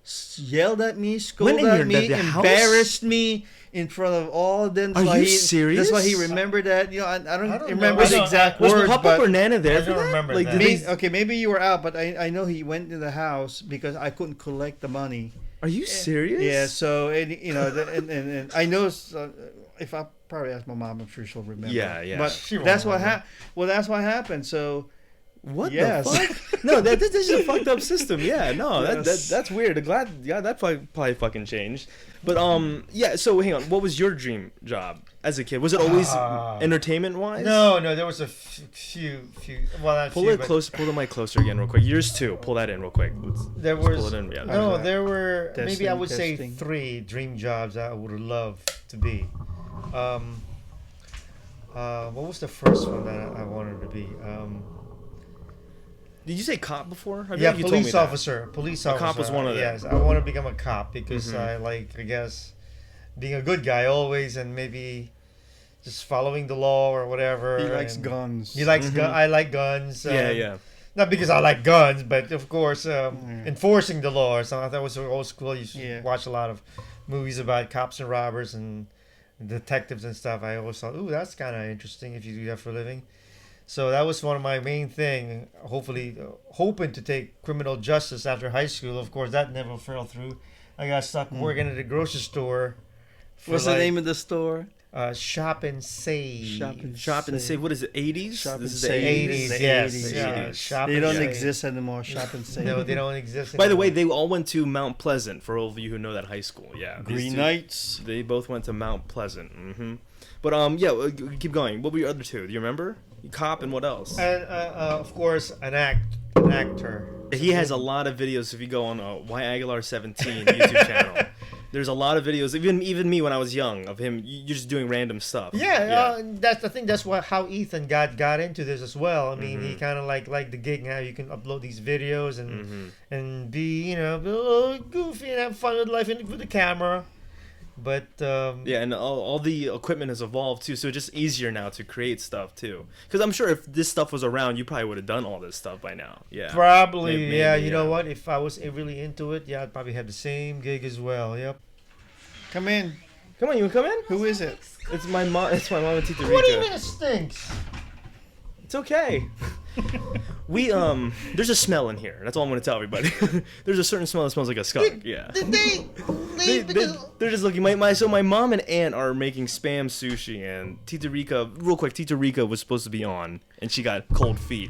B: s- yelled at me, scolded
A: in your-
B: at me,
A: the- the house?
B: embarrassed me in front of all of them. That's
A: Are
B: why
A: you
B: he, That's why he
A: serious?
B: remembered that. You know, I, I, don't,
C: I don't
B: remember
C: know. I
B: the
C: don't-
B: exact
A: Was
B: words,
A: Papa
B: but
A: or Nana there?
C: I
A: for
C: don't
A: that?
C: remember
A: Like,
C: that.
A: did
B: May
A: they-
B: okay, maybe you were out, but I, I know he went to the house because I couldn't collect the money.
A: Are you serious?
B: Yeah, so and you know, the, and, and, and I know s- uh, if I probably ask my mom, I'm sure she'll remember.
A: Yeah, yeah.
B: But
C: She won't
B: that's what
C: remember.
B: happened. Well, that's what happened. So
A: What
B: Yes.
A: the fuck? no, that, that, that's just a fucked up system. Yeah, no, that,
B: Yes.
A: that that's weird. Glad, yeah, that probably, probably fucking changed. But um, yeah. So hang on, what was your dream job as a kid? Was it always
C: Ah.
A: entertainment wise?
C: No, no, there was a f- few, few. Well, not
A: Pull
C: few,
A: it
C: but
A: close. Pull the mic closer again, real quick. Yours too. Pull that in, real quick. Let's,
C: There
A: let's
C: was
A: pull it in. Yeah.
C: no.
B: Okay.
C: There were maybe I
B: Testing,
C: would
B: testing.
C: say three dream jobs I would love to be. Um, uh, what was the first one that I, I wanted to be? Um,
A: Did you say cop before? I
C: yeah,
A: believe you told me
C: police
A: that.
C: officer. Police
A: cop
C: officer.
A: was one of them. Mm-hmm.
C: Yes, I want to become a cop because I like, I guess, being a good guy always, and maybe just following the law or whatever.
B: He likes
C: and-
B: guns.
C: He likes gun. I like guns.
A: Mm-hmm. Yeah,
C: um,
A: yeah.
C: Not because I like guns, but of course, um,
B: Yeah.
C: enforcing the law. or something. that was so old school. You should
B: Yeah.
C: watch a lot of movies about cops and robbers and detectives and stuff. I always thought, ooh, that's kind of interesting if you do that for a living. So that was one of my main thing. Hopefully, uh, hoping to take criminal justice after high school. Of course, that never fell through. I got stuck
B: Mm-hmm.
C: working at a grocery store. for,
B: What's
C: like,
B: the name of the store?
C: Uh, shop and save.
B: Shop and
A: Shop and
B: Say-
A: save. What is it? 80s.
B: Shop
A: this
B: and
A: is
B: save.
A: the 80s.
C: 80s,
B: The
C: yes.
B: 80s,
C: yeah,
A: yes.
C: shop
B: They
C: and
B: don't
C: save.
B: exist anymore. Shop and save.
C: No, they don't exist.
A: By the way,
C: anymore.
A: they all went to Mount Pleasant. For all of you who know that high school, yeah. these
B: Green
A: two-
B: Knights.
A: They both went to Mount Pleasant. hmm But um, yeah. uh, g- Keep going. What were your other two? Do you remember? Cop and what else?
C: and, uh, uh, of course, an act, an actor.
A: He has a lot of videos. If you go on uh, Y Aguilar Seventeen YouTube channel, there's a lot of videos. Even even me when I was young, of him, y- you're just doing random stuff.
C: Yeah, Uh, that's I think that's what how Ethan got got into this as well. I mean,
A: Mm-hmm.
C: he kind of like like the gig now. You can upload these videos and
A: Mm-hmm.
C: and be you know be a little goofy and have fun with life and with the camera. But um,
A: Yeah, and all, all the equipment has evolved too, so it's just easier now to create stuff too. Because I'm sure if this stuff was around, you probably would have done all this stuff by now. Yeah.
C: probably
A: May-
C: yeah.
A: maybe,
C: You know
A: yeah.
C: what? If I was eh, really into it, yeah, I'd probably have the same gig as well. Yep.
B: Come in.
A: Come on, you wanna come in?
B: Who is it?
A: It's my mom. It's my mom and Tita Rica.
C: What do you mean it stinks?
A: It's okay. we um, there's a smell in here. That's all I'm gonna tell everybody. there's a certain smell that smells like a skunk. Yeah.
C: Did they
A: They,
C: leave
A: they,
C: because?
A: they're just looking. My, my so my mom and aunt are making spam sushi, and Tita Rica. Real quick, Tita Rica was supposed to be on, and she got cold feet.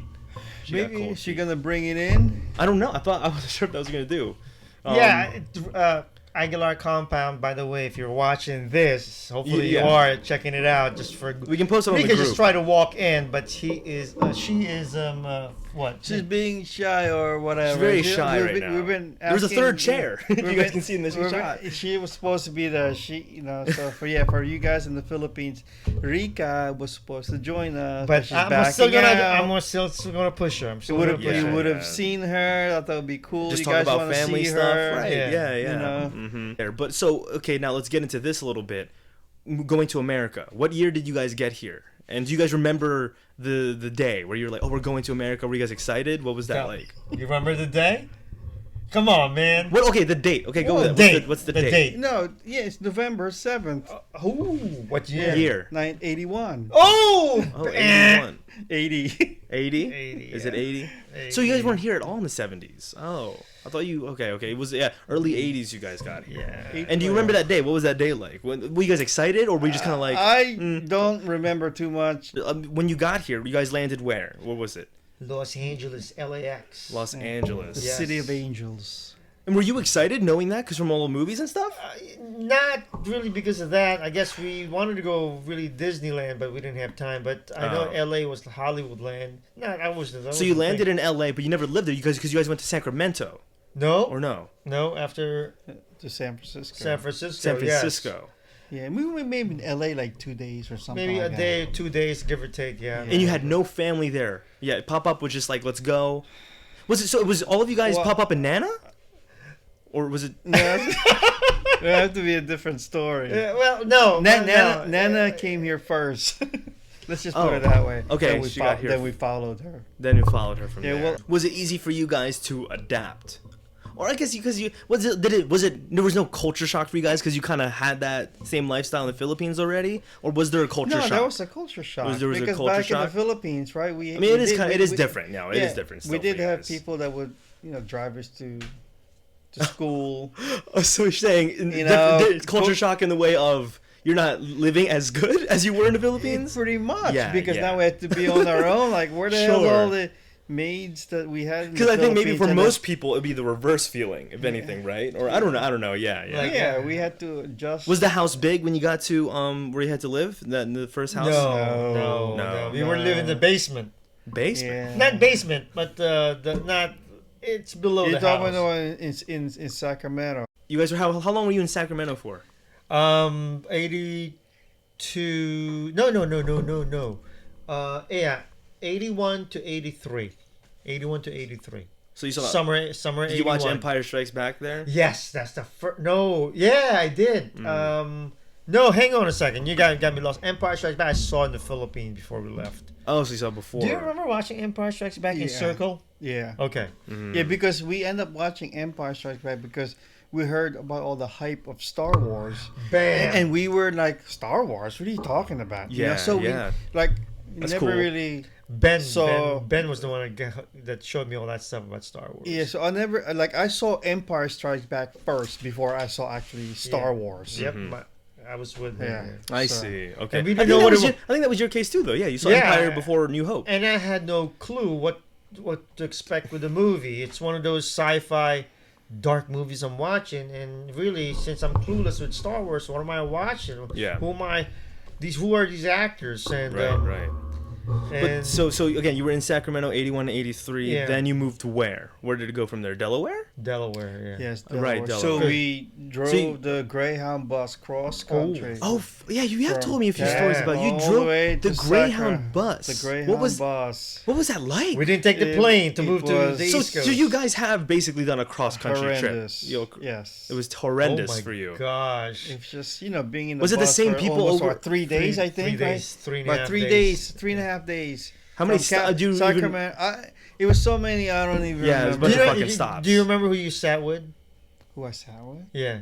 A: She got
B: Maybe
A: cold
B: she
A: feet.
B: gonna bring it in.
A: I don't know. I thought I wasn't sure if that was gonna do. Um,
C: yeah, it- uh, Aguilar Compound. By the way, if you're watching this, hopefully
A: Yeah.
C: you are checking it out. Just for
A: we can post it on the
C: Mika
A: group.
C: just try to walk in, but she is uh, she is um uh, what?
B: She's being shy or whatever.
A: very
B: She-
A: shy
B: we've
A: right
B: been-
A: now.
B: We've been
A: There's a
B: asking-
A: third chair.
B: we've
A: You guys
B: been-
A: can see in this
B: we've been-
A: shot.
B: She was supposed to be the she, you know. So for yeah, for you guys in the Philippines, Rika was supposed to join us, but,
C: but
B: she's
C: I'm
B: backing
C: still gonna
B: out.
C: I'm still, still gonna push her. I'm
B: you
C: still
B: would
C: gonna
B: have
C: push
A: Yeah.
B: you
C: her.
B: would have
A: Yeah.
B: seen her. I thought it'd be cool.
A: just
B: you
A: talk
B: guys
A: about
B: wanna
A: family
B: see
A: stuff,
B: her.
A: right? Yeah,
C: Yeah.
A: yeah.
B: You know.
A: Mhm. There, But so okay, now let's get into this a little bit. M- Going to America. What year did you guys get here? And do you guys remember the the day where you're like, oh, we're going to America? Were you guys excited? What was that
C: Yeah.
A: like?
C: You remember the day? Come on, man.
A: What? Okay, the date. Okay, go
C: What
A: with
C: date?
A: it. What's the, what's the,
C: The
A: date?
C: date.
B: No, yeah, it's November seventh,
C: Uh, Ooh, what year?
A: Year.
B: 981.
C: Oh,
A: Oh,
C: eh.
A: 81.
B: 80.
A: 80?
C: 80,
A: Is it
C: yeah.
A: 80? So you guys
C: 80.
A: weren't here at all in the 70s. Oh, I thought you. Okay, okay. It was yeah, early 80s. You guys got here.
C: Yeah.
B: Eight
A: And do you
B: twelve.
A: remember that day? What was that day like? When, were you guys excited, or were you just kind of like? mm,
B: I don't remember too much.
A: Um, when you got here, you guys landed where? What was it?
C: Los Angeles, LAX.
A: Los
B: The
A: Angeles.
C: Yes.
B: City of Angels.
A: And were you excited knowing that? Because from all the movies and stuff?
C: Uh, not really because of that. I guess we wanted to go really Disneyland, but we didn't have time. But I know
A: Oh.
C: L.A. was Hollywoodland. Not I was.
A: So you landed in LA, but you never lived there because you guys went to Sacramento,
C: No,
A: or no?
C: no. After
B: To San Francisco.
C: San Francisco.
A: San
C: yes.
A: Francisco.
B: Yeah, we were maybe in LA like two days or something.
C: Maybe a
B: like that.
C: day, two days, give or take. Yeah.
A: Oh And you had no family there. Yeah, Pop Up was just like, let's go. Was it so? Was all of you guys
B: Well-
A: Pop Up and Nana? Or was it.
B: No, it would have to be a different story.
C: Yeah, Uh, well, no,
B: Na-
C: no,
B: Nana,
C: no.
B: Nana came here first. Let's just
A: Oh,
B: put it that way.
A: okay,
B: Then we,
A: she got
B: fo-
A: here
B: then
A: f-
B: we followed her.
A: Then you followed her from
B: Yeah,
A: there.
B: well-
A: was it easy for you guys to adapt? Or I guess because you was it did it was it there was no culture shock for you guys because you kind of had that same lifestyle in the Philippines already, or was there a culture
B: No,
A: shock?
B: that was a culture shock.
A: Was- there was a
B: because
A: culture
B: back in
A: shock?
B: the Philippines, right? We,
A: I mean, it is kind it is different. No, it is different.
B: we
A: still
B: did
A: for you
B: have
A: guys.
B: people that would, you know, drive us to, to school.
A: Oh, so you're saying in-
B: You
A: diff-
B: know,
A: di- culture
B: cul-
A: shock in the way of you're not living as good as you were in the Philippines?
B: Pretty much,
A: Yeah,
B: because
A: yeah.
B: now we have to be on our own. Like, where the hell's
A: Sure.
B: all the maids that we had? in the
A: Because I think maybe
B: Philippines
A: for
B: and
A: most people it'd be the reverse feeling, if anything, right? Or I don't know. I don't know. Yeah, yeah.
B: then-
C: Like-
B: yeah, we had to adjust.
A: was the house big when you got to um where you had to live? The, the first
C: No,
A: house?
C: no, no,
A: No.
C: We were living in the
B: No.
C: basement.
A: Basement.
B: Yeah.
C: Not basement, but uh, the not. It's below
B: You're
C: the
B: talking
C: house.
B: about in, in in Sacramento.
A: You guys were how how long were you in Sacramento for?
C: Um, eighty-two. No, no, no, no, no, no. Uh, yeah, eighty-one to eighty-three. 81 to 83.
A: So
B: uh,
A: you saw
C: Summer, summer.
A: Did you watch
C: 81.
A: Empire Strikes Back there?
C: Yes, that's the first. No, yeah, I did.
B: Mm.
C: Um, no, hang on a second. You got got me lost. Empire Strikes Back. I saw in the Philippines before we left.
A: Oh, so you saw before.
C: Do you remember watching Empire Strikes Back
B: Yeah.
C: in Circle?
B: Yeah.
C: Okay.
A: Mm.
B: Yeah, because we end up watching Empire Strikes Back because we heard about all the hype of Star Wars,
C: Bam.
B: and, and we were like, "Star Wars? What are you talking about?" You know,
A: Yeah,
B: so
A: yeah.
B: we like
D: That's
B: never
D: cool.
B: really.
C: ben,
B: so-
C: ben. Ben was the one that got- that showed me all that stuff about Star Wars.
B: Yeah, so I never like I saw Empire Strikes Back first before I saw actually Star
C: Yeah.
B: Wars.
C: Yep. my- I was with
B: Mm-hmm. Yeah.
C: him.
A: I
B: So-
A: see. Okay.
C: And we
A: I,
C: didn't
A: think
C: know
A: that
C: what
A: was
C: it
A: your, I think that was your case too, though. Yeah, you saw
C: Yeah.
A: Empire before New Hope.
C: and I had no clue what what to expect with the movie. It's one of those sci-fi dark movies I'm watching, and really, since I'm clueless with Star Wars, what am I watching?
A: Yeah.
C: Who am I? These who are these actors? And
A: right,
C: um,
A: right.
C: And
A: But so, so again, you were in Sacramento, eighty-one to eighty-three.
C: Yeah.
A: Then you moved to where? Where did it go from there? Delaware.
C: Delaware. Yeah.
B: Yes,
A: Right,
B: Delaware.
A: Delaware.
B: So we drove
A: you-
B: the Greyhound bus cross country.
A: Oh, f- yeah. You have
B: from
A: told me a few
B: Canada
A: stories about you
B: all
A: drove
B: way
A: the,
B: to
A: Greyhound
B: Sacra-
A: bus.
B: The Greyhound
A: what was
B: bus.
A: what was that like?
C: We didn't take the
B: It-
C: plane to
B: it
C: move to
B: was-
C: the
A: so,
C: East Coast.
A: so you guys have basically done a cross-country
B: Horrendous.
A: trip. You'll-
B: yes.
A: It was
C: oh
A: horrendous
C: my
A: for you.
C: gosh.
B: It's just you know being in the
A: Was it the
B: bus
A: same
B: for
A: people
B: almost,
A: over-
B: what, three days I think
C: three
B: right?
C: days, three and a
B: About
C: half
B: three
C: days.
B: days three and a half days
A: How many
B: From
A: sta-
B: Cal-
A: do you even-
B: Sacramento I, it was so many I don't even
A: Yeah, it was a
B: remember
A: bunch of
C: do, you,
A: fucking
C: you-
A: stops.
C: do you remember who you sat with?
B: who I sat with
C: Yeah.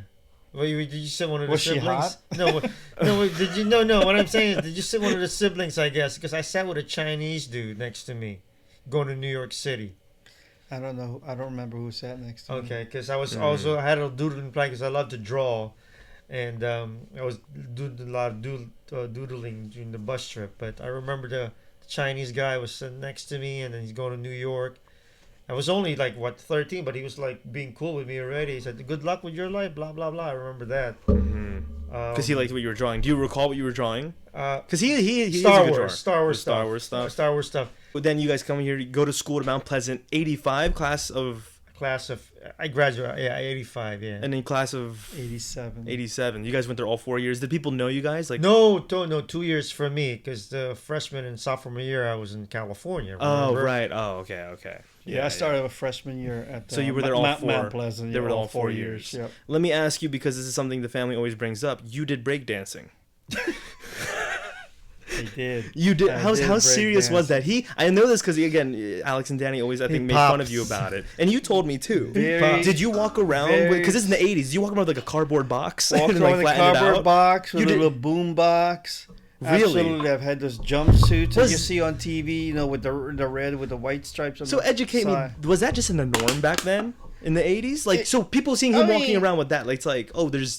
C: Well, you, did you sit one of the
B: Was she
C: siblings?
B: hot?
C: No, what- no. what- Did you no no? What I'm saying is, did you sit one of the siblings? I guess because I sat with a Chinese dude next to me, going to New York City.
B: I don't know I don't remember who sat next to me
C: Okay, because I was
A: Mm-hmm.
C: also I had a doodling plan because I love to draw, and um, I was doing a lot of doodle, uh, doodling during the bus trip. But I remember the Chinese guy was sitting next to me, and then he's going to New York. I was only like what 13, but he was like being cool with me already. He said, "Good luck with your life," blah blah blah. I remember that. Um,
A: Because Mm-hmm. he liked what you were drawing. Do you recall what you were drawing?
C: Uh,
A: Because he he, he is a
C: Star
A: good drawer.
C: Wars, Star Wars,
A: Star
C: stuff.
A: Wars stuff.
C: Star Wars stuff.
A: But then you guys come here, you go to school to Mount Pleasant, eighty-five class of,
C: Class of I graduated, yeah, eighty five, yeah.
A: and then class of
B: 87
A: eighty-seven. You guys went there all four years. Did people know you guys? Like,
C: no, no, no, two years for me because the freshman and sophomore year I was in California.
A: oh
C: remember?
A: right, oh okay, okay.
B: yeah, I started a freshman year at
A: So
B: uh,
A: you were there
B: Ma-
A: all
B: Mount,
A: four.
B: Mount Pleasant
A: They
B: yeah,
A: were all
B: all,
A: four years.
B: Yep.
A: Let me ask you because this is something the family always brings up. You did breakdancing.
B: they did
A: You did.
B: I
A: how
B: did
A: how serious
B: breakdance.
A: was that? He. I know this because again, Alex and Danny always I think made fun of you
C: pops.
A: about it, and you told me too.
B: Very-
A: did you walk around?
B: very-
A: Because it's in the '80s. You walk around with like a cardboard box
B: Walked
A: and
B: around
A: like
B: the
A: flatten it
B: cardboard
A: out.
B: box with
A: You
B: a
A: did-
B: little boom box.
A: Really?
B: Absolutely, I've had those jumpsuits that you
A: Was-
B: see on TV, you know, with the the red with the white stripes. On
A: So
B: the
A: educate
B: side.
A: me. Was that just in the norm back then in the '80s? Like, so people seeing him
B: I
A: walking
B: mean-
A: around with that, like, it's like, oh, there's.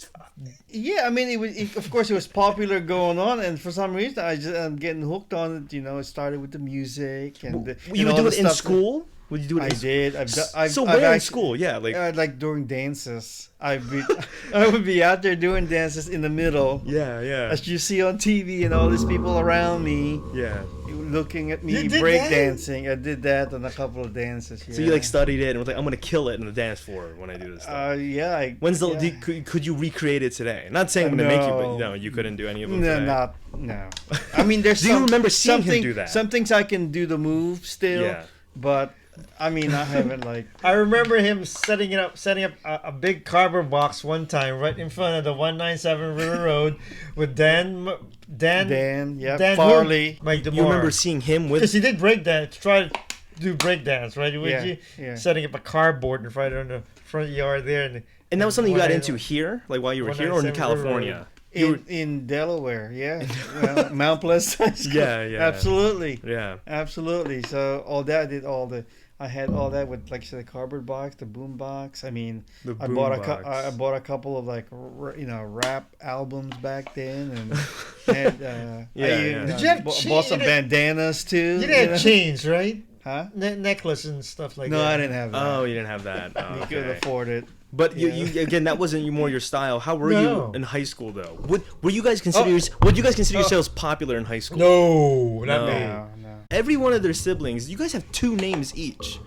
B: Yeah, I mean, it was it, of course it was popular going on, and for some reason I just I'm getting hooked on it. You know, it started with the music and the,
A: you
B: and
A: would
B: all
A: do
B: the
A: it in
B: stuff.
A: school. Would you do it?
B: I
A: in
B: did. I've, done,
A: s-
B: I've
A: so
B: I've
A: where in
B: actually-
A: school? Yeah, like.
B: uh, like during dances, I'd be I would be out there doing dances in the middle,
A: yeah, yeah,
B: as you see on TV, and all these people around me.
A: yeah.
B: looking at me
C: You did
B: break
C: that?
B: dancing. I did that on a couple of dances. Yeah.
A: So you like studied it and was like, I'm gonna kill it on the dance floor when I do this. Stuff.
B: Uh, yeah. I,
A: When's the
B: yeah.
A: do- could, could you recreate it today? Not saying I'm gonna make you, but
B: No.
A: no, you couldn't do any of them.
B: No,
A: today.
B: not no. I mean, there's.
A: Do you
B: some-
A: remember seeing him
B: something-
A: do that?
B: Some things I can do the move still,
A: Yeah.
B: but I mean, I haven't like.
C: I remember him setting it up, setting up a, a big cardboard box one time right in front of the 197 River Road with Dan, M- Dan,
B: Dan, yeah,
C: Dan who?
B: Farley.
C: Mike DeMar.
A: You remember seeing him with?
C: because he did break dance, try to do break dance, right? Would
B: Yeah,
C: you?
B: yeah.
C: Setting up a cardboard in front of the front yard there, and
A: And that was something you got
C: One-
A: into here, like while you were
C: One
A: here, or in
C: ninety seven River
A: California.
B: In, in Delaware, yeah, well, Mount Pleasant. High School.
A: Yeah, yeah.
B: absolutely,
A: Yeah.
B: absolutely. So all that I did all the. I had all that with like I said, the cardboard box, the boom box. I mean,
A: The
B: I bought a
A: boombox.
B: cou- I I bought a couple of like r- you know rap albums back then, and, and uh,
A: Yeah,
B: I,
A: yeah.
B: even,
A: Did
B: uh,
C: you have
B: bought,
C: chain-
B: bought some
C: you didn't-
B: bandanas too.
C: you
B: you
C: didn't
B: know?
C: have chains, right?
B: Huh?
C: Ne- necklace and stuff like
B: No,
C: that.
B: I didn't have that.
A: Oh, you didn't have that. Oh,
B: you could
A: okay.
B: afford it.
A: But you,
B: Yeah.
A: you again, that wasn't you more your style. How were
C: No.
A: you in high school though? Would were you
B: Oh.
A: guys consider yours- would you guys consider yourselves popular in high school?
C: No, not
A: No.
C: me.
B: No, no.
A: Every one of their siblings, you guys have two names each.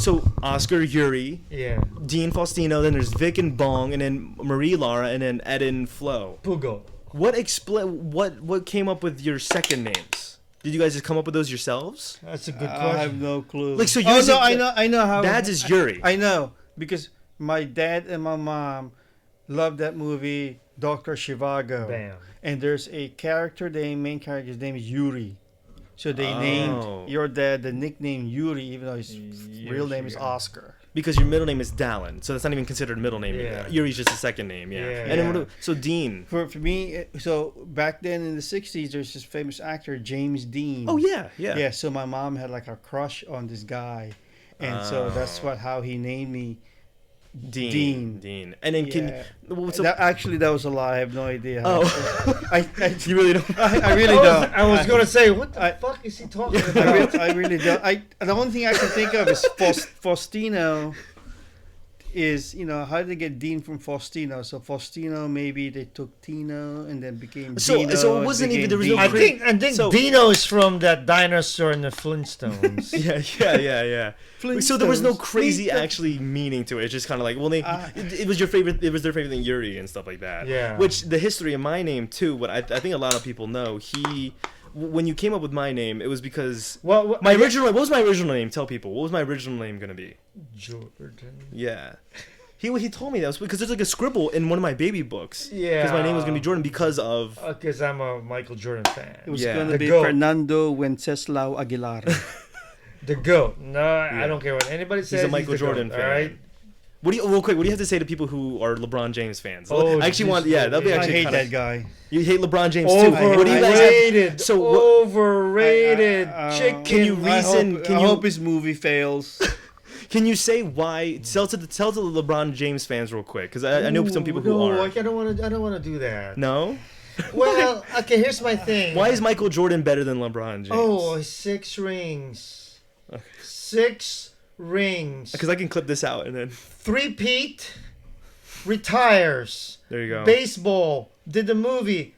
A: So Oscar, Yuri,
C: Yeah,
A: Dean Faustino, then there's Vic and Bong, and then Marie Lara, and then Ed and Flo.
C: Pugo.
A: What expl- What what came up with your second names? Did you guys just come up with those yourselves?
C: That's a good
B: I have
C: question.
B: no clue.
A: Like so,
C: Oh
A: yours.
C: no,
A: is-
C: I know, I know how.
A: Dad's is Yuri.
B: I know because my dad and my mom loved that movie Doctor Shivago.
C: Bam.
B: And there's a character, the main character's name is Yuri. So they
A: Oh.
B: named your dad the nickname Yuri, even though his f- real name is
C: Yuri.
B: Oscar.
A: because your middle name is Dallin, so that's not even considered a middle name.
C: Yeah.
A: Yuri's just a second name. Yeah.
C: Yeah,
A: and then what
B: yeah.
A: do- so Dean.
B: For, for me, uh, so back then in the 60s, there's this famous actor, James Dean.
A: Oh yeah, yeah.
B: Yeah, so my mom had like a crush on this guy. And so that's what how he named me.
A: Dean.
B: Dean.
A: Dean. And then can
B: Yeah.
A: what's up?
B: That- actually, that was a lie. I have no idea. how-
A: oh,
B: I, I,
A: you really don't.
B: I really
C: I was-
B: don't.
C: I was gonna say, what the
B: I-
C: fuck is he talking
B: I
C: about?
B: really, I really don't. I the only thing I can think of is Faust, Faustino. Is you know how did they get Dean from Faustino? So Faustino maybe they took Tino and then became
A: So-
B: Dino,
A: so it
B: and
A: wasn't
B: became
A: even- there was no
C: I
B: Dean.
A: cre-
C: think I think
A: So-
C: Dino is from that dinosaur in the Flintstones.
A: yeah, yeah, yeah, yeah. Wait, So there was no
B: Flintstones.
A: crazy
B: Flintstones.
A: actually meaning to it. It's just kind of like, well, they,
B: Ah.
A: it, it was your favorite. It was their favorite thing, Yuri, and stuff like that.
C: Yeah.
A: Which the history of my name too. What I, I think a lot of people know. He, w- when you came up with my name, it was because
C: Well, what-
A: my original. What was my original name? Tell people. What was my original name gonna be?
C: Jordan.
A: Yeah. He, he told me that was because there's like a scribble in one of my baby books. Because my name was gonna be
C: Yeah.
A: Jordan because of.
C: Because Uh, I'm a Michael Jordan fan.
B: it was
A: Yeah.
B: going
C: The
B: to be
C: goat.
B: Fernando Wenceslao Aguilar.
C: The goat. No, I don't care what anybody says.
A: a Michael
C: the GOAT,
A: Jordan fan.
C: All right.
A: What do you real quick? What do you have to say to people who are LeBron James fans?
C: Oh,
A: I actually want.
C: geez,
A: Yeah, that'll be
C: I
B: I
A: actually.
B: hate
A: kinda,
B: that guy.
A: You hate LeBron James too.
C: Overrated.
A: What do you guys have So what-
C: overrated.
B: I- I- I-
C: chicken.
A: Can you
B: I
A: reason?
B: hope,
A: can
B: I
A: you
B: hope his movie fails.
C: Oh.
A: can you say why? Tell to the tell to the LeBron James fans real quick, because I, I know some people who
C: no,
A: are.
C: like, I don't want to. I don't want to do that.
A: No.
C: Well, okay. Here's my thing.
A: Why is Michael Jordan better than LeBron James?
C: Oh, six rings. Six rings.
A: because I can clip this out and then
C: Three Pete retires.
A: there you go.
C: Baseball did the movie,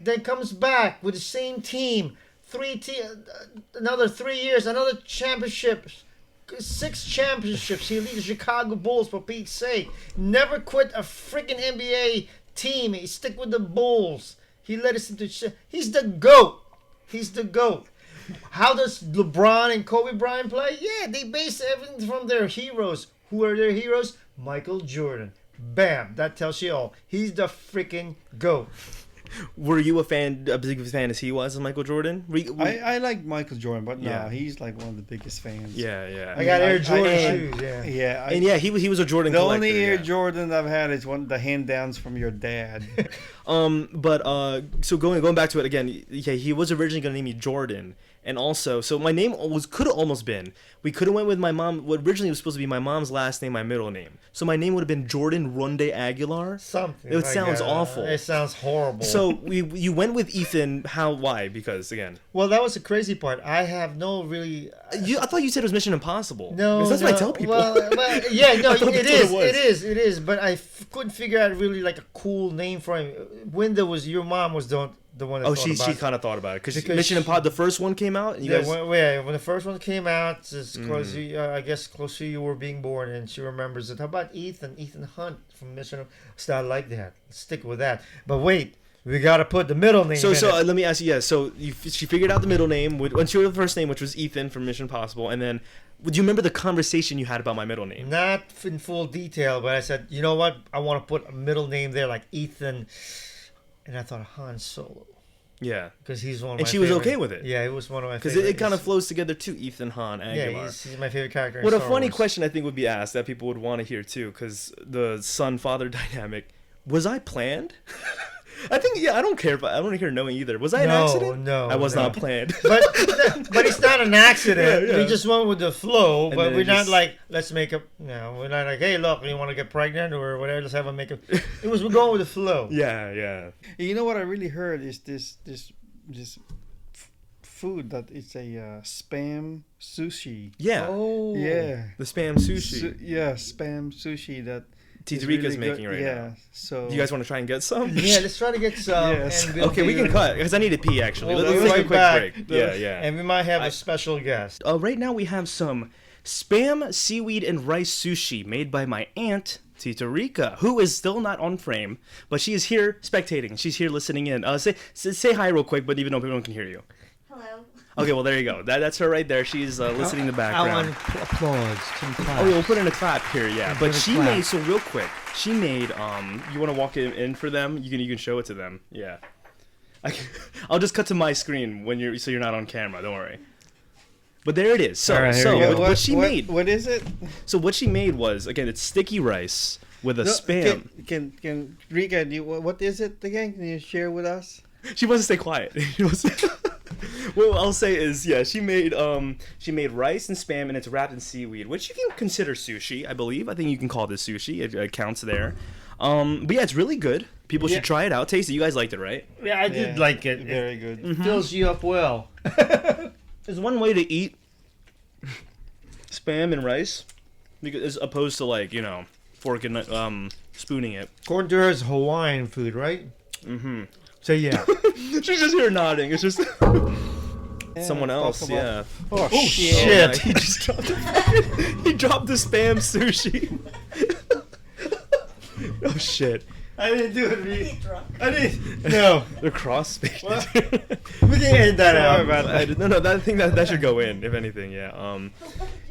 C: then comes back with the same team. Three te- uh, another three years, another championship, six championships. He leads the Chicago Bulls for Pete's sake. Never quit a freaking NBA team. He stick with the Bulls. He led us into. sh- He's the goat. He's the goat. How does LeBron and Kobe Bryant play? Yeah, they base everything from their heroes. Who are their heroes? Michael Jordan. Bam, that tells you all. He's the freaking goat.
A: Were you a fan, a big fan as he was of Michael Jordan? Were you- were-
B: I, I like Michael Jordan, but no,
A: Yeah.
B: he's like one of the biggest fans.
A: yeah, yeah.
C: I got
B: I-
C: Air
B: I-
C: Jordan
B: I-
C: shoes. Yeah.
B: yeah. I-
A: and yeah, he was he was a Jordan.
B: The
A: collector,
B: only Air
A: yeah.
B: Jordan I've had is one the hand downs from your dad.
A: Um, but uh, so going going back to it again, yeah, he was originally gonna name me Jordan, and also so my name was could have almost been we could have went with my mom. What originally was supposed to be my mom's last name, my middle name. So my name would have been Jordan Runde Aguilar.
C: Something.
A: It
C: like
A: sounds
C: that.
A: awful.
C: It sounds horrible.
A: So we you went with Ethan. How? Why? Because again,
C: well, that was the crazy part. I have no really.
A: you I thought you said it was Mission Impossible.
C: No,
A: Because that's
C: no.
A: what I tell people.
C: Well, well, yeah, no,
A: I thought
C: it
A: that's what
C: is,
A: it was.
C: it is, it is. But I f- couldn't figure out really like a cool name for him. Window was your mom was the the one. That
A: oh,
C: thought
A: she
C: about
A: she
C: it.
A: kind of thought about it cause
C: Because
A: Mission
C: she-
A: Impossible. The first one came out, and you
C: yeah,
A: guys.
C: when, yeah, when the first one came out, it's
A: Mm-hmm.
C: close. Uh, I guess close to you were being born, and she remembers it. How about Ethan? Ethan Hunt from Mission. So I like that. Stick with that. But wait, we gotta put the middle name.
A: So,
C: in
A: so
C: it.
A: uh, let me ask you. Yeah, so you, she figured out the middle name, which, and she wrote the first name, which was Ethan from Mission Possible, and then, do you remember the conversation you had about my middle name?
C: Not in full detail, but I said, you know what? I want to put a middle name there, like Ethan. And I thought Han Solo,
A: Yeah,
C: because he's one. Of
A: And
C: my
A: she was
C: favorite-
A: okay with it.
C: Yeah, he was one of my.
A: because it,
C: favorite-
A: it kind of flows together too. Ethan Han
C: Yeah,
A: Aguilar.
C: he's, he's my favorite character. in
A: what a
C: Star
A: funny
C: Wars.
A: question I think would be asked that people would want to hear too, because the son father dynamic. Was I planned? I think yeah. I don't care if I, I don't care knowing either. Was I an
C: No,
A: accident?
C: no,
A: I was
C: no.
A: not planned.
C: but but it's not an accident.
A: Yeah, yeah.
C: We just went with the flow,
A: And
C: but
A: then
C: we're
A: it
C: not
A: just-
C: like let's make up. No, we're not like hey look, you want to get pregnant or whatever. Let's have a makeup. It was we're going with the flow.
A: yeah, yeah.
B: you know what I really heard is this this this f- food that it's a uh, spam sushi.
A: Yeah.
C: Oh
B: Yeah.
A: The spam sushi.
B: Su- yeah, spam sushi that is
A: Titarica's
B: really good.
A: making right
B: yeah,
A: now.
B: So
A: Do you guys want to try and get some?
C: Yeah, let's try to get some.
B: Yes.
C: and we'll
A: Okay, we
C: do-
A: can cut because I need to pee. Actually,
C: We'll
A: let's
C: be
A: let's
C: right
A: take a quick
C: back.
A: break. Yeah, yeah.
C: And we might have
A: I-
C: a special guest.
A: Uh, right now we have some spam, seaweed, and rice sushi made by my aunt Tita Rica, who is still not on frame, but she is here spectating. She's here listening in. Uh, say say, say hi real quick, but even though people can hear you.
E: Hello.
A: Okay, well there you go. That, that's her right there. She's uh, listening in the background.
F: Alan pl- applauds. Some claps.
A: Oh, yeah, we'll put in a clap here, yeah.
F: We'll
A: But
F: put a
A: she
F: clap.
A: made so real quick. She made. Um, you want to walk in, in for them? You can you can show it to them. Yeah. I can, I'll just cut to my screen when you're so you're not on camera. Don't worry. But there it is. So
C: All right, here
A: so
C: we go.
A: what,
C: Yeah,
A: what she made.
B: What is it?
A: So what she made was again it's sticky rice with a
B: No,
A: spam.
B: Can, can can Rika? Do you, wha- what is it again? Can you share with us?
A: She wants to stay quiet. She wants to- what I'll say is yeah she made um she made rice and spam and it's wrapped in seaweed which you can consider sushi I believe I think you can call this sushi it, it counts there. Um, but yeah, it's really good. People
C: Yeah.
A: should try it out. Taste it. You guys liked it, right?
C: Yeah, I did
B: Yeah,
C: like it.
B: Very good.
A: Mm-hmm.
C: It fills you up well.
A: There's one way to eat spam and rice, because as opposed to like you know fork and um spooning it.
C: Corn dura is Hawaiian food, right? Mm-hmm. So yeah.
A: She's just here nodding. It's just
B: Yeah,
A: someone
B: talk
A: else.
B: about-
A: Yeah.
B: Oh, shit.
A: Yeah,
C: Shit.
A: he just dropped the, he dropped the spam sushi. oh shit!
C: I didn't do it. Reed. I didn't. No.
A: They're cross spaced.
C: We can edit that
B: Sorry
C: out.
B: about that.
A: I did- no, no, that thing that, that should go in, if anything. Yeah. Um.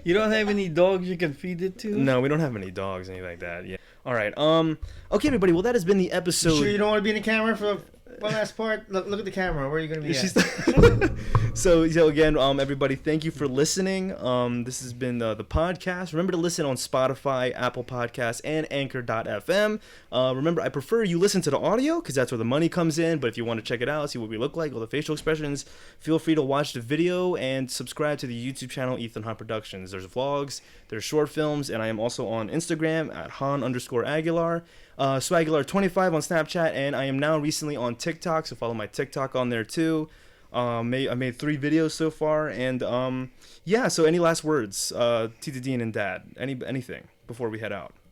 B: You don't have any dogs you can feed it to?
A: No, we don't have any dogs, anything like that. Yeah. All right. Um. Okay, everybody. Well, that has been the episode.
C: sure you don't want to be in the camera for the one last part? Look, look at the camera. Where are you going to be
A: She's-
C: at?
A: so so again, um, everybody, thank you for listening. Um, this has been the, the podcast. Remember to listen on Spotify, Apple Podcasts, and Anchor.fm. Uh, remember, I prefer you listen to the audio because that's where the money comes in. But if you want to check it out, see what we look like, all the facial expressions, feel free to watch the video and subscribe to the YouTube channel Ethan Han Productions. There's vlogs, there's short films, and I am also on Instagram at Han underscore Aguilar uh, Swagular25 on Snapchat, and I am now recently on TikTok, so follow my TikTok on there too. Um, made, I made three videos so far, and um, yeah. So any last words, uh, Tita Dean and Dad? Any anything before we head out?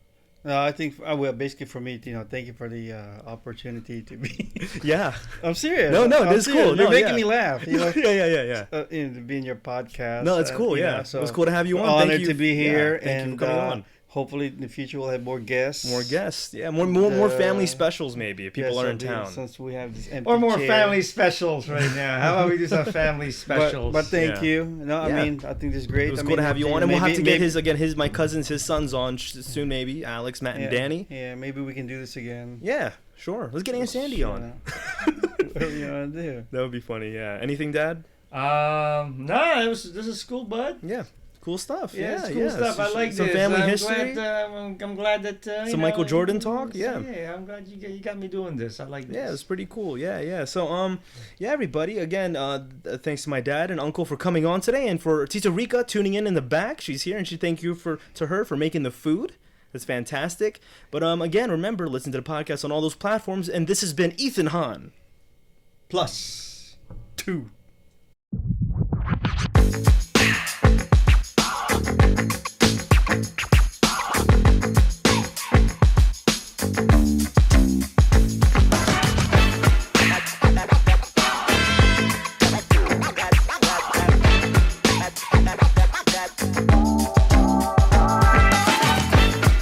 B: No, I think uh, well, basically for me, you know, thank you for the uh, opportunity to be.
A: Yeah,
B: I'm serious.
A: No, no,
B: I'm
A: this is
B: serious.
A: cool.
B: You're
A: No,
B: making
A: yeah.
B: me laugh. You
A: yeah,
B: know,
A: yeah, yeah, yeah.
B: uh, you know, to be in your podcast.
A: No, it's
B: uh,
A: cool.
B: you
A: Yeah,
B: know, so
A: it was cool to have you
B: we're
A: on.
B: Honored
A: thank you
B: to be
A: yeah,
B: here,
A: thank
B: and
A: you for coming
B: uh,
A: on.
B: hopefully in the future we'll have more guests.
A: More guests. Yeah, more more, more
B: uh,
A: family specials maybe if
B: Yeah,
A: people are in
B: so we-
A: town.
B: Since we have this empty
C: Or more
B: chair.
C: family specials right now. How about we do some family
B: But,
C: specials?
B: but thank
A: Yeah.
B: you. No,
A: Yeah.
B: I mean, I think this is great.
A: it was
B: I
A: cool
B: mean,
A: to have you
B: I
A: on,
B: think
A: and we'll have
B: maybe-
A: to get
B: maybe-
A: his again his my cousins his sons on sh- soon maybe Alex Matt and
B: yeah,
A: Danny.
B: Yeah, maybe we can do this again.
A: Yeah, sure. Let's get Aunt Sandy on.
B: what do you want to do?
A: That would be funny, yeah. Anything, Dad?
C: um, no, it was, this is cool, bud.
A: Yeah. Cool stuff.
C: Yeah,
A: Yeah,
C: it's
A: yeah.
C: cool stuff. I
A: So-
C: like
A: some
C: this.
A: family
C: I'm
A: history.
C: Glad, uh, I'm, I'm glad that uh, you
A: Some Michael
C: know,
A: Jordan
C: you-
A: talk? Yeah.
C: yeah. I'm glad you got, you got me doing this. I like this.
A: yeah, it's pretty cool. Yeah, yeah. So, um, yeah, everybody. Again, uh, th- thanks to my dad and uncle for coming on today, and for Tita Rica tuning in in the back. She's here, and she thank you for to her for making the food. That's fantastic. But um, again, remember listen to the podcast on all those platforms. And this has been Ethan Hahn.
C: plus two.